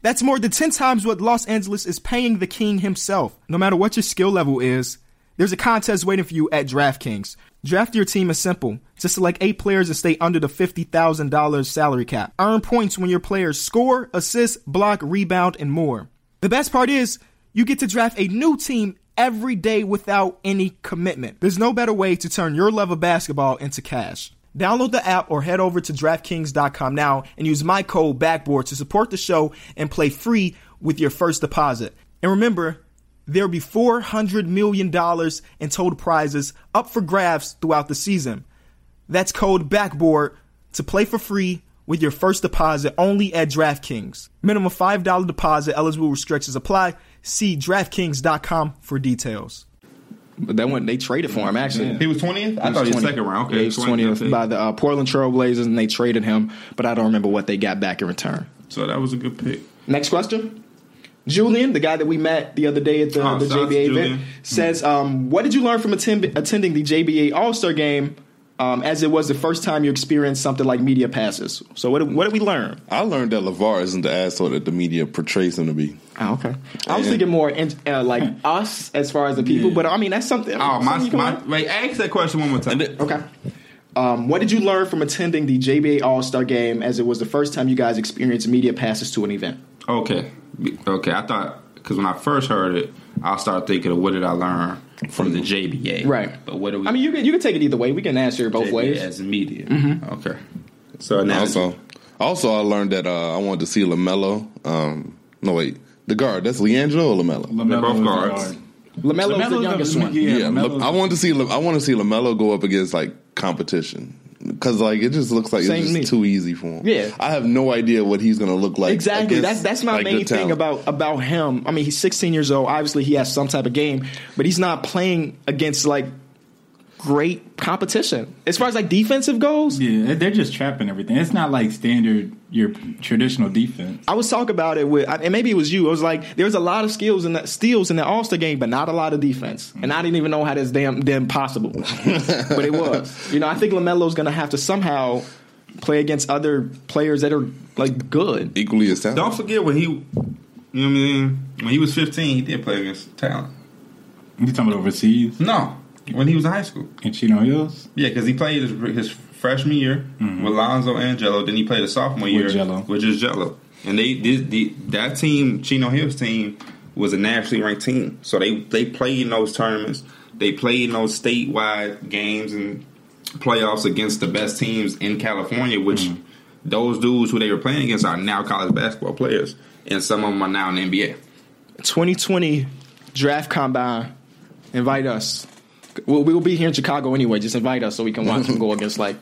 Speaker 1: That's more than 10 times what Los Angeles is paying the king himself. No matter what your skill level is, there's a contest waiting for you at DraftKings. Draft your team is simple. Just select eight players and stay under the $50,000 salary cap. Earn points when your players score, assist, block, rebound, and more. The best part is, you get to draft a new team every day without any commitment. There's no better way to turn your love of basketball into cash. Download the app or head over to DraftKings.com now and use my code BACKBOARD to support the show and play free with your first deposit. And remember, there'll be $400 million in total prizes up for grabs throughout the season. That's code BACKBOARD to play for free with your first deposit only at DraftKings. Minimum $5 deposit, eligible restrictions apply. See DraftKings.com for details. But that one, they traded for him, actually.
Speaker 2: He was twentieth. I
Speaker 1: He was
Speaker 2: thought he was
Speaker 1: 20th.
Speaker 2: second round. Okay,
Speaker 1: Yeah, he was 20th,
Speaker 2: okay.
Speaker 1: by the uh, Portland Trailblazers, and they traded him, but I don't remember what they got back in return.
Speaker 2: So that was a good pick.
Speaker 1: Next question. Julian, the guy that we met the other day at the,
Speaker 2: Oh,
Speaker 1: the
Speaker 2: shout out to
Speaker 1: JBA event,
Speaker 2: Julian.
Speaker 1: says, um, What did you learn from attend- attending the JBA All Star game um, as it was the first time you experienced something like media passes? So, what did, what did we learn?
Speaker 4: I learned that LeVar isn't the asshole that the media portrays him to be.
Speaker 1: Oh, okay. I was
Speaker 4: Yeah.
Speaker 1: thinking more in, uh, like us as far as the people,
Speaker 3: Yeah.
Speaker 1: but I mean, that's something.
Speaker 2: Oh my!
Speaker 1: something you can
Speaker 2: my
Speaker 1: learn.
Speaker 2: wait, ask that question one more time.
Speaker 1: Okay. Um, what did you learn from attending the JBA All Star game as it was the first time you guys experienced media passes to an event?
Speaker 2: Okay, Be- okay. I thought because when I first heard it, I started thinking of what did I learn from the JBA,
Speaker 1: Right.
Speaker 2: But what do we?
Speaker 1: I mean, you can, you can take it either way. We can answer it both
Speaker 2: JBA
Speaker 1: ways. Mm-hmm.
Speaker 2: as media. Okay. So now
Speaker 4: Also, also I learned that uh, I wanted to see Lamelo. Um, no wait, the guard. That's Leandro or Lamelo.
Speaker 2: both
Speaker 3: LaMelo was the
Speaker 2: guards.
Speaker 3: guard.
Speaker 1: LaMelo's
Speaker 3: LaMelo's
Speaker 1: the youngest one.
Speaker 4: Yeah,
Speaker 3: LaMelo's-
Speaker 4: I want to see. Le- I want to see Lamelo go up against like competition. Because like it just looks like
Speaker 1: Same
Speaker 4: it's
Speaker 1: to me.
Speaker 4: just too easy for him.
Speaker 1: Yeah.
Speaker 4: I have no idea what he's gonna look like.
Speaker 1: Exactly.
Speaker 4: against,
Speaker 1: That's that's my
Speaker 4: like,
Speaker 1: main
Speaker 4: good
Speaker 1: thing
Speaker 4: talent.
Speaker 1: about about him. I mean, he's 16 years old. Obviously, he has some type of game, but he's not playing against like great competition. As far as like defensive goes,
Speaker 3: Yeah, they're just trapping everything. It's not like standard your traditional defense.
Speaker 1: I was talking about it with, and maybe it was you. I was like, there was a lot of skills in that steals in the All Star game, but not a lot of defense. And I didn't even know how that's damn damn possible,
Speaker 4: <laughs>
Speaker 1: but it was. You know, I think Lamelo's going to have to somehow play against other players that are like good.
Speaker 4: equally as talented.
Speaker 2: Don't forget when he, you know what I mean? When he was 15, he did play against talent.
Speaker 3: You talking about overseas
Speaker 2: No, when he was in high school.
Speaker 3: and Chino Hills?
Speaker 2: Yeah, because he played his, his freshman year with Lonzo and Jello. Then he played a sophomore year
Speaker 3: Jello.
Speaker 2: with just Jello. And they did the, that team, Chino Hills team, was a nationally ranked team. So they they played in those tournaments. They played in those statewide games and playoffs against the best teams in California. Which those dudes who they were playing against are now college basketball players, and some of them are now in the NBA.
Speaker 1: 2020 draft combine, invite us. We'll, we'll be here in Chicago anyway. Just invite us so we can watch him go against like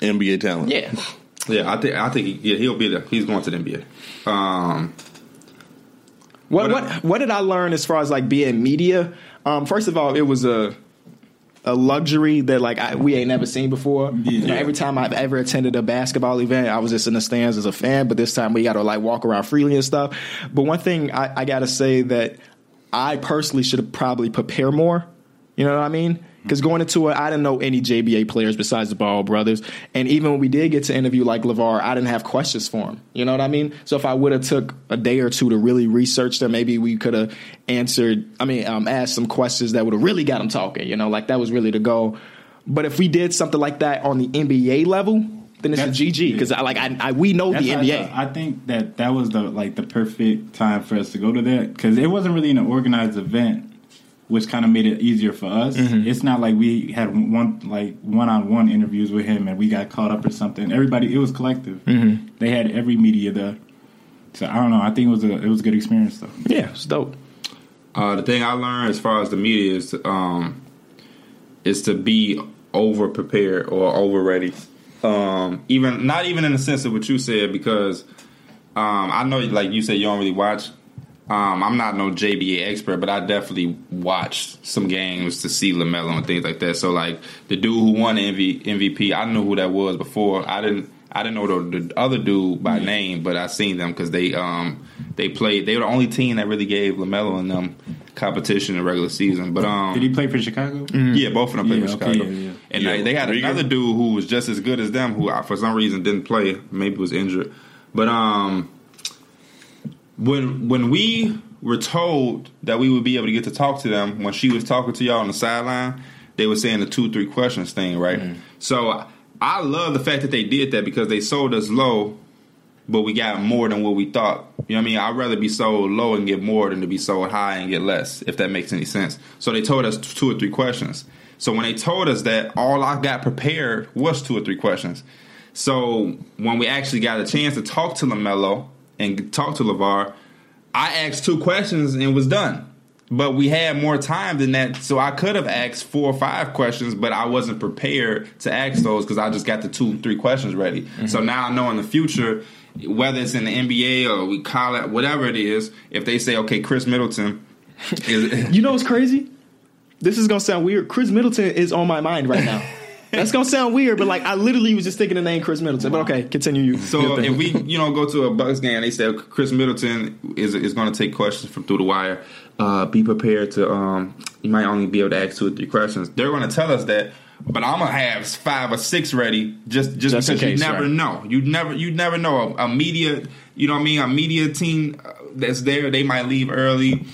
Speaker 4: NBA talent.
Speaker 1: yeah.
Speaker 2: Yeah, I think I think he, yeah, he'll be there. He's going to the NBA. Um,
Speaker 1: What
Speaker 2: What-
Speaker 1: what what did I learn as far as like being media? Um, first of all, it was a a luxury that like I, we ain't never seen before. You know, every time I've ever attended a basketball event, I was just in the stands as a fan. But this time we got to like walk around freely and stuff. But one thing I, I got to say that I personally should have probably prepare more. You know what I mean? Because going into it, I didn't know any JBA players besides the Ball brothers, and even when we did get to interview like Levar, I didn't have questions for him. You know what I mean? So if I would have took a day or two to really research them, maybe we could have answered. I mean, um, asked some questions that would have really got them talking. You know, like that was really the goal. But if we did something like that on the NBA level, then it's
Speaker 3: That's-
Speaker 1: a GG because I like I, I we know the
Speaker 3: That's why I,
Speaker 1: NBA.
Speaker 3: thought- I think that that was the like the perfect time for us to go to that because it wasn't really an organized event, which kind of made it easier for us. It's not like we had one like one on one interviews with him and we got caught up or something. Everybody, it was collective. They had every media there, so I don't know. I think it was a it was a good experience though.
Speaker 1: yeah, it's dope.
Speaker 2: Uh, the thing I learned as far as the media is to, um, is to be over prepared or over ready. Um, even not even in the sense of what you said because um, I know like you said you don't really watch. Um, I'm not no JBA expert, but I definitely watched some games to see Lamelo and things like that. So like the dude who won the MV, MVP, I knew who that was before. I didn't. I didn't know the, the other dude by name, but I seen them because they um they played. They were the only team that really gave Lamelo and them competition in the regular season. But um,
Speaker 3: Did he play for Chicago?
Speaker 2: yeah, both of them played
Speaker 3: Mm-hmm. Yeah,
Speaker 2: for
Speaker 3: okay,
Speaker 2: Chicago.
Speaker 3: yeah, yeah.
Speaker 2: And
Speaker 4: Yeah,
Speaker 2: they- they had
Speaker 4: Rodriguez.
Speaker 2: another dude who was just as good as them, who I, for some reason didn't play, maybe was injured. But um, when when we were told that we would be able to get to talk to them, when she was talking to y'all on the sideline, they were saying the two three questions thing, right?
Speaker 3: Mm.
Speaker 2: So I love the fact that they did that because they sold us low but we got more than what we thought. You know what I mean? I'd rather be sold low and get more than to be sold high and get less, if that makes any sense. So they told us two or three questions. So when they told us that, all I got prepared was two or three questions. So when we actually got a chance to talk to LaMelo and talk to LeVar, I asked two questions and was done. But we had more time than that, so I could have asked four or five questions, but I wasn't prepared to ask those because I just got the two, three questions ready. So now I know in the future, whether it's in the NBA or we call it whatever it is, if they say, okay, Chris Middleton is. <laughs>
Speaker 1: You know what's crazy? This is gonna sound weird. Chris Middleton is on my mind right <laughs> now. That's gonna sound weird, but like I literally was just thinking the name Chris Middleton. But okay, continue you.
Speaker 2: So
Speaker 1: your thing.
Speaker 2: if we, you know, go to a Bucks game, they say Chris Middleton is is going to take questions from through the wire. Uh, be prepared to, um, you might only be able to ask two or three questions. They're going to tell us that, but I'm gonna have five or six ready just just,
Speaker 1: Just in
Speaker 2: because
Speaker 1: case,
Speaker 2: you never
Speaker 1: right.
Speaker 2: know. You never you never know a, a media, you know what I mean? A media team uh, that's there, they might leave early.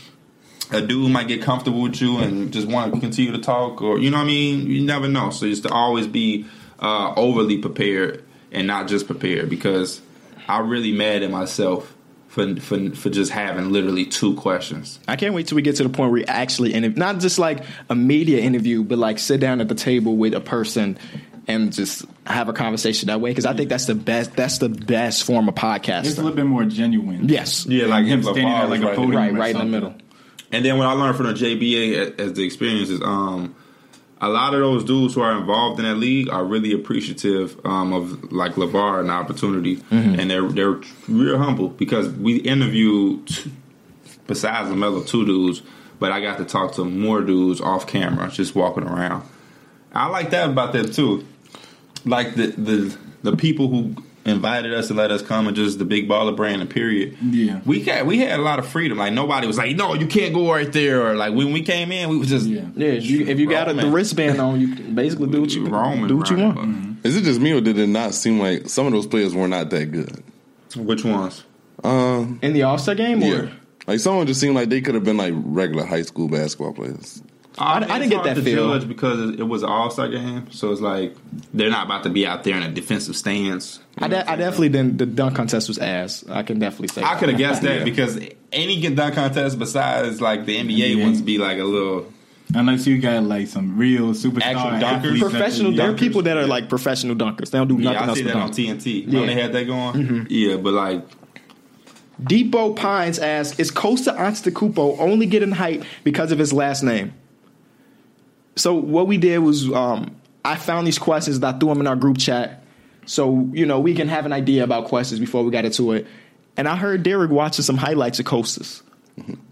Speaker 2: A dude might get comfortable with you and just want to continue to talk, or you know what I mean. You never know, so just to always be uh, overly prepared and not just prepared. Because I really mad at myself for for for just having literally two questions.
Speaker 1: I can't wait till we get to the point where we actually interview, not just like a media interview, but like sit down at the table with a person and just have a conversation that way. Because I think that's the best. That's the best form of
Speaker 3: It's a
Speaker 1: podcasting.
Speaker 3: little bit more genuine.
Speaker 1: Yes.
Speaker 2: Yeah, like
Speaker 3: him
Speaker 2: if
Speaker 3: standing
Speaker 2: LeVar
Speaker 3: at like
Speaker 2: was
Speaker 3: a
Speaker 2: right-
Speaker 3: podium,
Speaker 1: Right.
Speaker 3: or
Speaker 1: Right in the
Speaker 3: something.
Speaker 1: middle.
Speaker 2: And then what I learned from the JBA as, as the experience is, um, a lot of those dudes who are involved in that league are really appreciative um, of like Levar and the opportunity,
Speaker 3: Mm-hmm.
Speaker 2: and they're they're real humble because we interviewed t- besides Lamelo two dudes, but I got to talk to more dudes off camera, just walking around. I like that about them too, like the the the people who invited us and let us come and just the big baller brand. and Period.
Speaker 3: Yeah.
Speaker 2: we got we had a lot of freedom. Like nobody was like, no, you can't go right there, or like when we came in, we was just
Speaker 3: Yeah.
Speaker 1: Yeah, if you, if you got a, the
Speaker 2: Roman.
Speaker 1: wristband on, you can basically do what you
Speaker 2: Roman
Speaker 1: do what you
Speaker 2: around
Speaker 1: want.
Speaker 4: Is it just me or did it not seem like some of those players were not that good?
Speaker 2: that motherfucker. Which ones?
Speaker 4: Um,
Speaker 1: In the All Star game,
Speaker 4: yeah.
Speaker 1: or
Speaker 4: Like someone just seemed like they could have been like regular high school basketball players.
Speaker 1: I didn't
Speaker 2: It's
Speaker 1: get
Speaker 2: hard
Speaker 1: that
Speaker 2: to
Speaker 1: feel.
Speaker 2: judge because it was an All Star game, so it's like they're not about to be out there in a defensive stance.
Speaker 1: I, de- I definitely didn't. The dunk contest was ass. I can definitely say.
Speaker 2: I
Speaker 1: that.
Speaker 2: could have guessed that because any get dunk contest besides like the NBA
Speaker 3: NBA.
Speaker 2: ones be like a little
Speaker 3: Unless you got like some real superstar
Speaker 2: Actual dunkers.
Speaker 3: athletes that-
Speaker 1: professional. There are
Speaker 3: yeah.
Speaker 1: people that are like professional dunkers. They don't do
Speaker 2: yeah.
Speaker 1: nothing
Speaker 2: I
Speaker 1: else
Speaker 2: see
Speaker 1: but
Speaker 2: that on
Speaker 1: dunk.
Speaker 2: TNT when
Speaker 1: Yeah. Mm-hmm.
Speaker 2: they had that going. Yeah, but like
Speaker 1: Depot Pines asks, is Costa Antetokounmpo only getting hype because of his last name? So what we did was um, I found these questions and I threw them in our group chat. So, you know, we can have an idea about questions before we got into it. And I heard Derek watching some highlights of Costa's.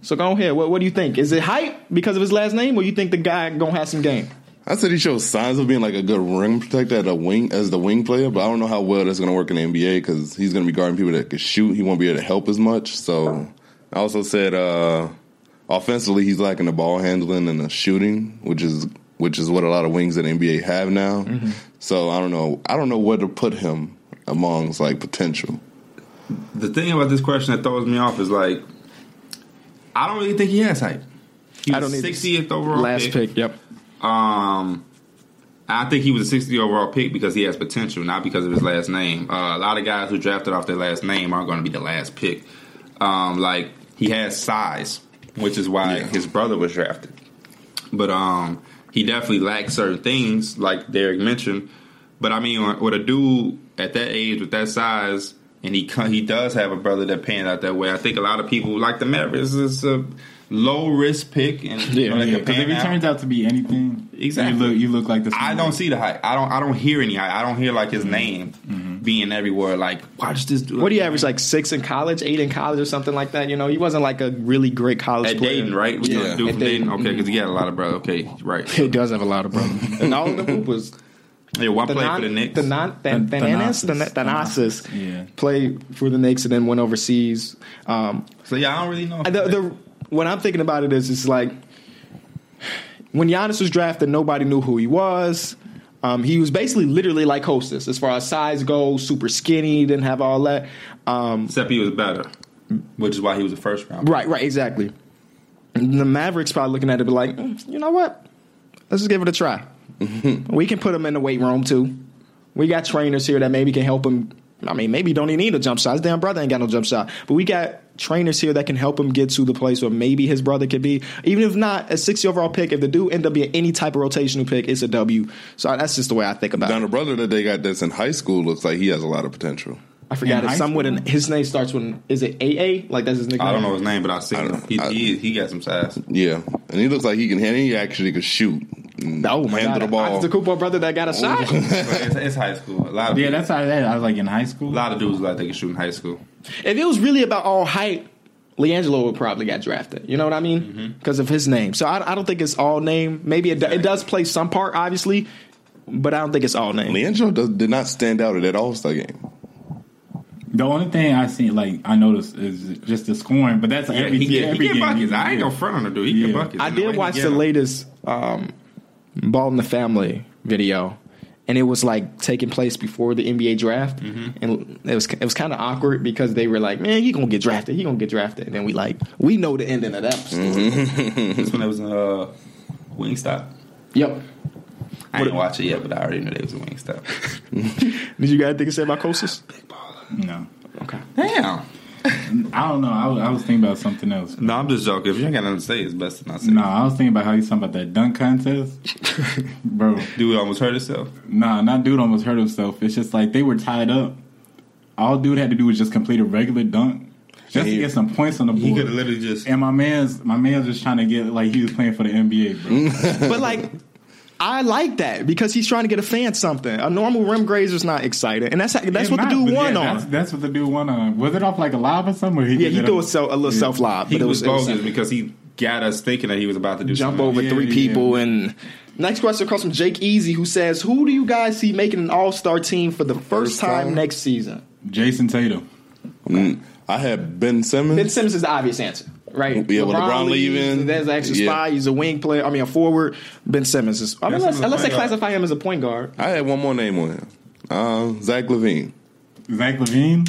Speaker 1: So go ahead. What, what do you think? Is it hype because of his last name or you think the guy going to have some game?
Speaker 4: I said he shows signs of being like a good ring protector at a wing as the wing player, but I don't know how well that's going to work in the NBA because he's going to be guarding people that can shoot. He won't be able to help as much. So I also said uh, offensively he's lacking the ball handling and the shooting, which is which is what a lot of wings in the NBA have now. So I don't know. I don't know where to put him amongst like potential.
Speaker 2: the thing about this question that throws me off is like I don't really think he has hype. He
Speaker 1: I don't
Speaker 2: was
Speaker 1: either.
Speaker 2: 60th overall
Speaker 1: Last pick, yep.
Speaker 2: Um, I think he was a 60 overall pick because he has potential, not because of his last name. Uh, a lot of guys who drafted off their last name aren't going to be the last pick. Um, like he has size, which is why his brother was drafted. But um, he definitely lacks certain things, like Derek mentioned. But I mean, with a dude at that age with that size, and he co- he does have a brother that panned out that way. I think a lot of people like the Mavericks is a low risk pick, and you know,
Speaker 1: Yeah,
Speaker 2: they can
Speaker 3: Yeah, because
Speaker 2: pan
Speaker 3: if it
Speaker 2: out.
Speaker 3: turns out to be anything,
Speaker 2: Exactly.
Speaker 3: you look, you look like this.
Speaker 2: I don't see the hype. I don't. I don't hear any hype. I don't hear like his
Speaker 4: Mm-hmm.
Speaker 2: name being everywhere. Like watch this. Dude.
Speaker 1: What do you average, like six in college, eight in college or something like that? You know, he wasn't like a really great college
Speaker 2: at
Speaker 1: player.
Speaker 2: Dayton, right? We
Speaker 4: Yeah.
Speaker 2: yeah, dude
Speaker 1: At
Speaker 2: from
Speaker 1: Dayton.
Speaker 2: Dayton. Okay, because he got a lot of brother. Okay, right.
Speaker 1: He does have a lot of
Speaker 2: <laughs>
Speaker 1: brothers. and all of them hoopers.
Speaker 2: Yeah, one
Speaker 1: The
Speaker 2: play
Speaker 1: non,
Speaker 2: for the Knicks.
Speaker 1: the Uh-huh. non, Than-
Speaker 3: Than-
Speaker 1: Thanasis, Than-
Speaker 3: Thanasis.
Speaker 1: Thanasis,
Speaker 3: Yeah.
Speaker 1: played for the Knicks and then went overseas. Um,
Speaker 2: so yeah, I don't really know.
Speaker 1: and the, the, what I'm thinking about it is, it's like when Giannis was drafted, nobody knew who he was. Um, he was basically literally like Hostess as far as size goes, super skinny, didn't have all that. Um,
Speaker 2: Except he was better, which is why he was the first round.
Speaker 1: Right, right, exactly. And the Mavericks probably looking at it, be like, "Mm, you know what? Let's just give it a try. we can put him in the weight room too. We got trainers here that maybe can help him. I mean, maybe he don't even need a jump shot. His damn brother ain't got no jump shot, but we got trainers here that can help him get to the place where maybe his brother could be. Even if not a 60 overall pick, if the dude end up being any type of rotational pick, it's a W. So that's just the way I think about
Speaker 4: Down
Speaker 1: it.
Speaker 4: the brother that they got that's in high school looks like he has a lot of potential.
Speaker 1: I forgot
Speaker 3: In
Speaker 1: it.
Speaker 3: high
Speaker 1: Some with
Speaker 3: school?
Speaker 1: an his name starts with an, is it AA? Like that's his nickname.
Speaker 2: I don't know his name, but I see
Speaker 4: I
Speaker 2: him.
Speaker 4: don't-
Speaker 2: He,
Speaker 4: I-
Speaker 2: he, he got some
Speaker 4: <laughs>
Speaker 2: size.
Speaker 4: Yeah, and he looks like he can and he actually could shoot. and
Speaker 1: Oh my
Speaker 4: handle
Speaker 1: god!
Speaker 4: the ball.
Speaker 1: That's the Kupo brother that got a shot.
Speaker 2: But it's, it's high school. A lot of
Speaker 3: Yeah,
Speaker 2: people-
Speaker 3: that's how that. I was like in high school.
Speaker 2: a lot of dudes like they can shoot in high school.
Speaker 1: If it was really about all hype, Leangelo would probably got drafted. You know what I
Speaker 2: Mm-hmm.
Speaker 1: mean? Because of his name. So I, I don't think it's all name. Maybe it, do- it does play some part, obviously, but I don't think it's all name.
Speaker 4: Leandro does, did not stand out at that All Star game.
Speaker 3: The only thing I see, like I noticed, is just the scoring. But that's
Speaker 2: Yeah,
Speaker 3: every,
Speaker 2: he get,
Speaker 3: every
Speaker 2: he get
Speaker 3: game.
Speaker 2: buckets. I ain't
Speaker 3: Yeah.
Speaker 2: no front on the dude. He
Speaker 3: Yeah.
Speaker 2: get buckets.
Speaker 1: I
Speaker 2: And the way
Speaker 1: did
Speaker 2: he
Speaker 1: watch
Speaker 2: get
Speaker 1: the
Speaker 2: them-
Speaker 1: latest um, Ball in the Family video, and it was like taking place before the NBA draft,
Speaker 2: Mm-hmm.
Speaker 1: and it was it was kind of awkward because they were like, "Man, he gonna get drafted. He gonna get drafted," and then we like we know the ending of that.
Speaker 2: Mm-hmm.
Speaker 1: story.
Speaker 2: This one that was in uh, Wingstop.
Speaker 1: Yep.
Speaker 2: I didn't watch it yet, but I already knew they was a Wingstop.
Speaker 1: Did you guys think it said about
Speaker 2: <laughs>
Speaker 1: Kosas?
Speaker 3: No,
Speaker 1: Okay.
Speaker 2: Damn.
Speaker 3: I don't know. I was, I was thinking about something else.
Speaker 2: No, I'm just joking. If you ain't got nothing to say, it's best to not say.
Speaker 3: No, I was thinking about how you talking about that
Speaker 2: <laughs>
Speaker 3: dunk contest, bro.
Speaker 2: Dude almost hurt himself.
Speaker 3: Nah, not dude almost hurt himself. It's just like they were tied up. All dude had to do was just complete a regular dunk, just
Speaker 4: he-
Speaker 3: to get some points on the board.
Speaker 2: He could have literally just.
Speaker 3: And my man's my man's just trying to get like he was playing for the NBA, bro.
Speaker 1: but like I like that because he's trying to get a fan something. A normal rim grazer's not excited, and that's how, that's
Speaker 3: It's
Speaker 1: what
Speaker 3: not,
Speaker 1: the dude
Speaker 3: but
Speaker 1: won
Speaker 3: yeah,
Speaker 1: on.
Speaker 3: That's, that's what the dude won on. Was it off like a lob or something? Or
Speaker 1: yeah,
Speaker 3: did
Speaker 1: he
Speaker 3: it
Speaker 1: threw
Speaker 3: on-
Speaker 1: a, self, a little self lob,
Speaker 2: He
Speaker 1: but it
Speaker 2: was,
Speaker 1: was, it was
Speaker 2: bogus because he got us thinking that he was about to do
Speaker 1: jump
Speaker 2: something.
Speaker 1: over
Speaker 3: Yeah,
Speaker 1: three
Speaker 3: yeah.
Speaker 1: people. And next question comes from Jake Easy, who says, "Who do you guys see making an All Star team for the first,
Speaker 4: First
Speaker 1: time,
Speaker 4: time?
Speaker 1: next season?"
Speaker 3: Jason Tatum.
Speaker 4: Mm, I had Ben Simmons.
Speaker 1: Ben Simmons is the obvious answer, right?
Speaker 4: Yeah, with LeBron
Speaker 1: leaves,
Speaker 4: leaving.
Speaker 1: there's an extra
Speaker 4: Yeah.
Speaker 1: spy. He's a wing player. I mean, a forward. Ben Simmons is. I mean,
Speaker 3: Yes,
Speaker 1: unless,
Speaker 3: he's a
Speaker 1: unless they
Speaker 3: point guard.
Speaker 1: classify him as a point guard.
Speaker 4: I had one more name on him. Uh, Zach Levine.
Speaker 3: Zach Levine.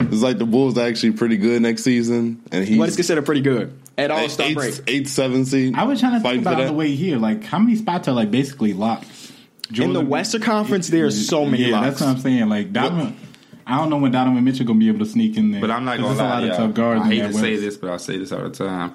Speaker 4: It's like the Bulls are actually pretty good next season, and he's
Speaker 1: What is considered pretty good at All
Speaker 4: eight,
Speaker 1: Star break.
Speaker 4: eight, eight seven seed.
Speaker 3: I was trying to
Speaker 4: Fighting
Speaker 3: think
Speaker 4: for
Speaker 3: about
Speaker 4: that.
Speaker 3: the way here. Like, how many spots are like basically locked?
Speaker 1: In the
Speaker 3: Jordan-
Speaker 1: Western Conference, there are so many
Speaker 3: yeah,
Speaker 1: locks.
Speaker 3: that's what I'm saying. Like Donovan, I don't know when Donovan Mitchell gonna be able to sneak in there.
Speaker 2: But I'm not
Speaker 3: 'Cause
Speaker 2: gonna
Speaker 3: there's
Speaker 2: lie,
Speaker 3: a lot
Speaker 2: y'all.
Speaker 3: of tough guards.
Speaker 2: I hate
Speaker 3: in
Speaker 2: to
Speaker 3: that
Speaker 2: say
Speaker 3: West.
Speaker 2: this, but I say this all the time.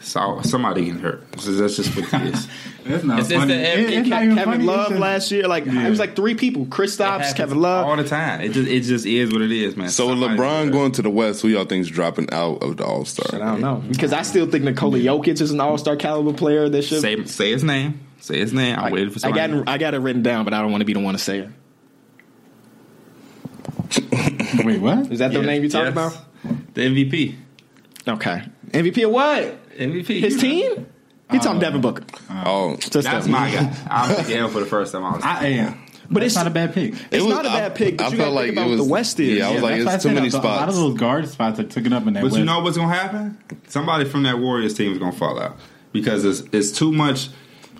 Speaker 2: So somebody getting hurt. This is- That's just what it is.
Speaker 3: That's not
Speaker 5: It's- it's
Speaker 3: funny.
Speaker 5: the-
Speaker 3: It-
Speaker 5: it-
Speaker 3: it's not even
Speaker 1: Kevin
Speaker 3: funny. It's
Speaker 1: Love
Speaker 3: just-
Speaker 1: last year, like it was like three people: Chris Stops,
Speaker 5: happens
Speaker 1: Kevin Love.
Speaker 2: all the time. It just it just is what it is, man.
Speaker 4: so with
Speaker 2: Somebody
Speaker 4: LeBron
Speaker 2: getting hurt.
Speaker 4: going to the West, who y'all think's dropping out of the All
Speaker 1: I
Speaker 4: Star?
Speaker 1: don't know because I still think Nikola Jokic is an All Star caliber player. That should.
Speaker 2: say say his name. Say his name. I'm
Speaker 1: I,
Speaker 2: waiting for
Speaker 1: I
Speaker 2: somebody.
Speaker 1: got it- I got it written down, but I don't want to be the one to say it.
Speaker 3: Wait, what?
Speaker 1: Is that the
Speaker 2: Yes,
Speaker 1: name you talking
Speaker 2: yes. The MVP.
Speaker 1: about? Okay, MVP of what?
Speaker 2: MVP.
Speaker 1: His
Speaker 2: you know.
Speaker 1: team? He talking Devin Booker.
Speaker 4: Oh,
Speaker 1: Just
Speaker 2: Uh,
Speaker 1: <laughs>
Speaker 2: That's
Speaker 1: Devin.
Speaker 2: my guy. I'm taking him for the first time. Honestly.
Speaker 3: I am.
Speaker 1: But
Speaker 3: But it's
Speaker 1: it's-
Speaker 3: not a bad pick.
Speaker 1: It's not a bad pick, but you gotta think about
Speaker 4: it
Speaker 1: what the West is.
Speaker 4: Yeah, I was
Speaker 1: Yeah,
Speaker 4: like,
Speaker 3: That's why I
Speaker 4: it's too
Speaker 3: said
Speaker 4: many
Speaker 3: a- A lot of
Speaker 4: spots.
Speaker 3: those guard spots are taken up in that.
Speaker 2: But you
Speaker 3: West.
Speaker 2: know what's gonna happen? Somebody from that Warriors team is gonna fall out because it's it's too much.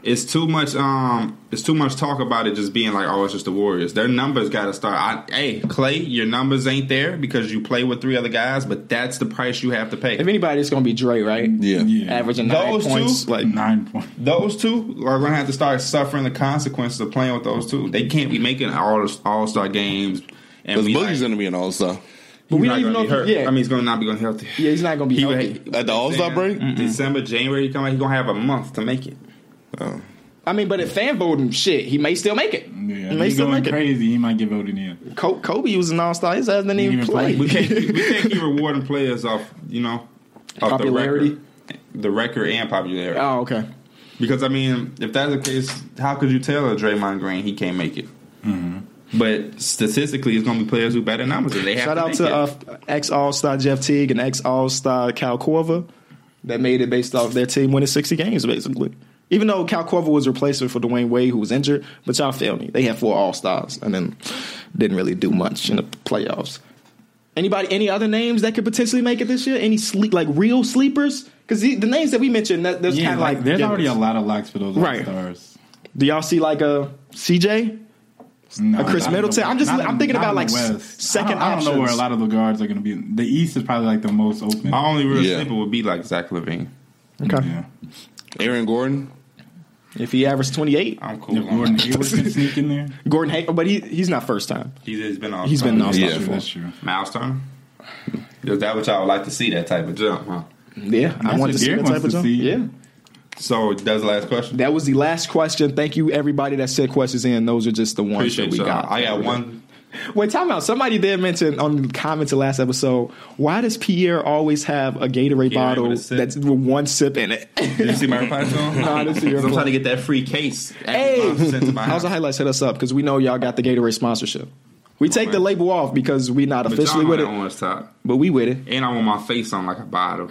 Speaker 2: It's too much. Um, it's too much talk about it just being like, oh, it's just the Warriors. Their numbers got to start. I, hey, Clay, your numbers ain't there because you play with three other guys, but that's the price you have to pay.
Speaker 1: If anybody, it's gonna be Dre, right?
Speaker 4: Yeah.
Speaker 3: Yeah.
Speaker 1: Averaging nine
Speaker 2: Those two? Mm-hmm.
Speaker 1: points. Like
Speaker 3: nine points.
Speaker 2: those two are going to have to start suffering the consequences of playing with those two. They can't be making all All Star games. And
Speaker 4: Because
Speaker 2: we,
Speaker 4: Boogie's
Speaker 2: like,
Speaker 4: gonna be an All Star
Speaker 1: but we don't
Speaker 2: he's not
Speaker 1: even
Speaker 2: gonna
Speaker 1: know.
Speaker 2: be hurt.
Speaker 1: If, yeah,
Speaker 2: I mean, he's going to not be going to healthy.
Speaker 1: yeah, he's not gonna be.
Speaker 2: He
Speaker 1: healthy.
Speaker 2: would-
Speaker 4: at the All Star break.
Speaker 2: December, January, he come out, he's gonna have a month to make it.
Speaker 1: I mean, but if fan voting shit, he may still make it.
Speaker 3: Yeah,
Speaker 1: he may
Speaker 3: he's
Speaker 1: still
Speaker 3: going
Speaker 1: make it.
Speaker 3: crazy. He might get voted in.
Speaker 1: Col- Kobe was an all star. His ass didn't even
Speaker 3: even
Speaker 1: play. <laughs>
Speaker 3: play.
Speaker 2: We can't keep, we can't keep rewarding players off, you know, off
Speaker 1: Popularity?
Speaker 2: the record. The record and popularity.
Speaker 1: oh, okay.
Speaker 2: Because I mean, if that's the case, how could you tell a Draymond Green he can't make it?
Speaker 3: Mm-hmm.
Speaker 2: But statistically, it's going to be players who better numbers. And they have
Speaker 1: Shout
Speaker 2: to
Speaker 1: out
Speaker 2: make
Speaker 1: to
Speaker 2: it.
Speaker 1: uh, ex All Star Jeff Teague and ex All Star Cal Corva that made it based off their team winning 60 games, basically. Even though Cal Corva was replacement for Dwayne Wade, who was injured, but y'all feel me. They had four All Stars and then didn't really do much in the playoffs. Anybody, any other names that could potentially make it this year? Any sleep, like real sleepers? Because the, the names that we mentioned, that, there's
Speaker 3: Yeah,
Speaker 1: kind of
Speaker 3: like,
Speaker 1: like,
Speaker 3: there's
Speaker 1: givers.
Speaker 3: already a lot of locks for those
Speaker 1: Right.
Speaker 3: all stars.
Speaker 1: Do y'all see like uh, a CJ?
Speaker 3: No,
Speaker 1: A Chris
Speaker 3: not in the-
Speaker 1: Middleton. I'm just-
Speaker 3: not in-
Speaker 1: I'm thinking
Speaker 3: not
Speaker 1: about,
Speaker 3: in
Speaker 1: like,
Speaker 3: the
Speaker 1: s-
Speaker 3: West.
Speaker 1: second
Speaker 3: I don't, I don't know where a
Speaker 1: options.
Speaker 3: lot of the guards are going to be. The East is probably like the most open.
Speaker 2: My only real
Speaker 4: Yeah.
Speaker 2: sleeper would be like Zach Levine.
Speaker 1: Okay.
Speaker 3: yeah,
Speaker 4: Aaron Gordon.
Speaker 1: If he averaged 28,
Speaker 2: I'm cool.
Speaker 3: yeah
Speaker 2: on
Speaker 1: <laughs>
Speaker 3: Gordon
Speaker 2: that.
Speaker 3: Hayward can sneak in there.
Speaker 1: Gordon Hay, but he, he's not first time.
Speaker 2: He's, he's been all
Speaker 1: He's been
Speaker 2: all
Speaker 1: all-star.
Speaker 4: Yeah.
Speaker 3: That's true. That's true.
Speaker 2: Miles Turner. Is that what y'all would like to see? That type of jump, huh?
Speaker 1: Yeah, I
Speaker 3: That's
Speaker 1: want
Speaker 3: what
Speaker 1: to see
Speaker 3: Derek
Speaker 1: that type
Speaker 3: wants
Speaker 1: of
Speaker 3: to
Speaker 1: jump.
Speaker 3: see.
Speaker 1: Yeah.
Speaker 2: So that's the last question.
Speaker 1: That was the last question. Thank you, everybody that sent questions in. Those are just the ones
Speaker 2: Appreciate
Speaker 1: that we
Speaker 2: y'all.
Speaker 1: got. Oh,
Speaker 2: I got one.
Speaker 1: Wait, time out. Somebody did mention on the comments the last episode. Why does Pierre always have a Gatorade bottle
Speaker 2: with a sip.
Speaker 1: that's with one sip in it? <laughs>
Speaker 2: Did you see my reply to him?
Speaker 1: No, I
Speaker 2: <laughs>
Speaker 1: didn't see your
Speaker 2: I'm
Speaker 1: reply.
Speaker 2: trying to get that free case.
Speaker 1: hey,
Speaker 2: Sent to my
Speaker 1: how's the
Speaker 2: house.
Speaker 1: highlights hit us up? Because we know y'all got the Gatorade sponsorship. We take the label off because we not
Speaker 2: But y'all
Speaker 1: officially with
Speaker 2: want
Speaker 1: it,
Speaker 2: it on his top.
Speaker 1: but we with it.
Speaker 2: And I want my face on like
Speaker 1: <laughs>
Speaker 2: a bottle.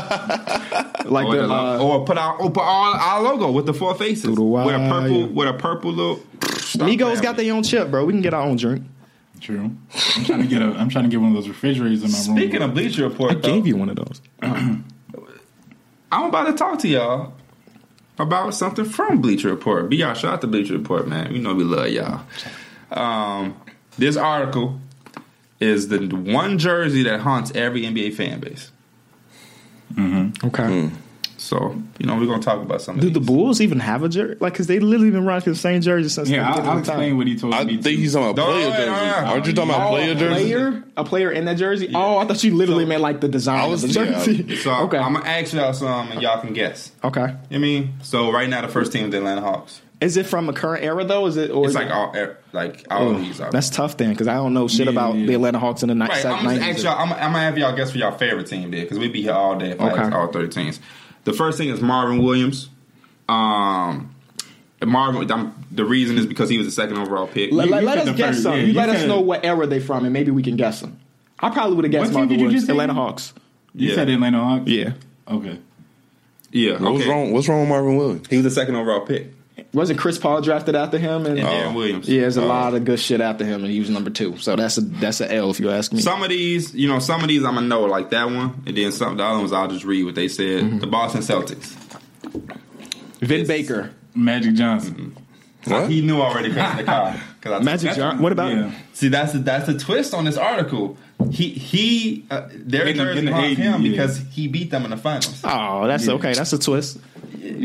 Speaker 1: Like
Speaker 2: or,
Speaker 1: the,
Speaker 2: the-
Speaker 1: uh,
Speaker 2: or put our or put our, our logo with the four faces.
Speaker 1: the wire.
Speaker 2: With a purple with a purple little Stop
Speaker 1: Migos
Speaker 2: playing
Speaker 1: got
Speaker 2: with
Speaker 1: their own chip, bro. We can get our own drink.
Speaker 3: True. I'm trying to get a. I'm trying to get one of those refrigerators in my
Speaker 2: me.
Speaker 3: room.
Speaker 2: Speaking of Bleacher Report, though,
Speaker 1: Gave you one of those.
Speaker 2: I'm about to talk to y'all about something from Bleacher Report. Be y'all shout out to Bleacher Report, man. We know we love y'all. Um, this article is the one jersey that haunts every NBA fan base.
Speaker 1: Okay.
Speaker 2: So you know we're gonna talk about something.
Speaker 1: Do the Bulls even have a jersey? Like, because they literally been rocking the same jersey since.
Speaker 3: yeah,
Speaker 1: the
Speaker 3: I'll, I'll
Speaker 1: beginning of time.
Speaker 3: explain what he told
Speaker 4: I
Speaker 3: me.
Speaker 4: think
Speaker 3: too.
Speaker 4: he's talking about
Speaker 2: No,
Speaker 4: player
Speaker 2: wait,
Speaker 4: jerseys.
Speaker 2: no, no.
Speaker 4: Aren't you talking about
Speaker 1: Oh,
Speaker 4: player
Speaker 1: a
Speaker 4: jerseys?
Speaker 1: player, a player in that jersey. Oh, I thought you literally meant like the design
Speaker 4: I
Speaker 1: of
Speaker 4: was-
Speaker 1: the jersey. <laughs>
Speaker 2: So
Speaker 1: okay,
Speaker 2: I'm gonna ask y'all some, and y'all can guess.
Speaker 1: okay.
Speaker 2: You know what I mean, so right now the first team is the Atlanta Hawks.
Speaker 1: Is it from a current era though? Is it or
Speaker 2: It's
Speaker 1: is
Speaker 2: like
Speaker 1: it,
Speaker 2: all er, like all these are.
Speaker 1: that's tough then because I don't know shit
Speaker 3: Yeah,
Speaker 1: about
Speaker 3: yeah.
Speaker 1: the Atlanta Hawks in the
Speaker 2: right.
Speaker 1: nineties.
Speaker 2: I'm gonna ask y'all. I'm, I'm gonna have y'all guess for y'all favorite team there because we'd be here all day if I
Speaker 1: Okay.
Speaker 2: asked all 30 teams. The first thing is Marvin Williams. Um, Marvin, I'm, the reason is because he was the second overall pick.
Speaker 1: Let, let-
Speaker 3: you
Speaker 1: let
Speaker 3: said
Speaker 1: us
Speaker 3: the
Speaker 1: guess
Speaker 3: first,
Speaker 1: some.
Speaker 3: yeah,
Speaker 1: you
Speaker 3: you
Speaker 1: let us
Speaker 3: said-
Speaker 1: know what era they from, and maybe we can guess them. I probably would have guessed
Speaker 3: What team
Speaker 1: Marvin
Speaker 3: did you
Speaker 1: Williams,
Speaker 3: just say?
Speaker 1: Atlanta Hawks.
Speaker 3: You
Speaker 2: Yeah.
Speaker 3: said Atlanta Hawks.
Speaker 1: Yeah,
Speaker 3: Okay.
Speaker 2: yeah, okay.
Speaker 4: What's wrong? What's wrong with Marvin Williams?
Speaker 2: He was the second overall pick.
Speaker 1: wasn't Chris Paul drafted after him? And,
Speaker 2: And
Speaker 4: Oh.
Speaker 2: Darren Williams. Uh,
Speaker 1: yeah, there's a lot of good shit after him, and he was number two. So that's a that's a L if you ask me.
Speaker 2: Some of these, you know, some of these I'm gonna know like that one, and then some of the other ones I'll just read what they said.
Speaker 1: Mm-hmm.
Speaker 2: The Boston Celtics.
Speaker 1: Vin Baker,
Speaker 3: Magic Johnson.
Speaker 4: What?
Speaker 2: He knew already because of the car. 'Cause I took
Speaker 1: Magic
Speaker 2: that
Speaker 1: Johnson.
Speaker 2: one.
Speaker 1: What about?
Speaker 3: Yeah.
Speaker 2: See, that's the, that's the twist on this article. He he, uh, they're
Speaker 3: In the-
Speaker 2: nerds
Speaker 3: in the
Speaker 2: about
Speaker 3: 80s,
Speaker 2: him
Speaker 3: yeah.
Speaker 2: because he beat them in the finals.
Speaker 1: Oh, that's okay. That's a twist.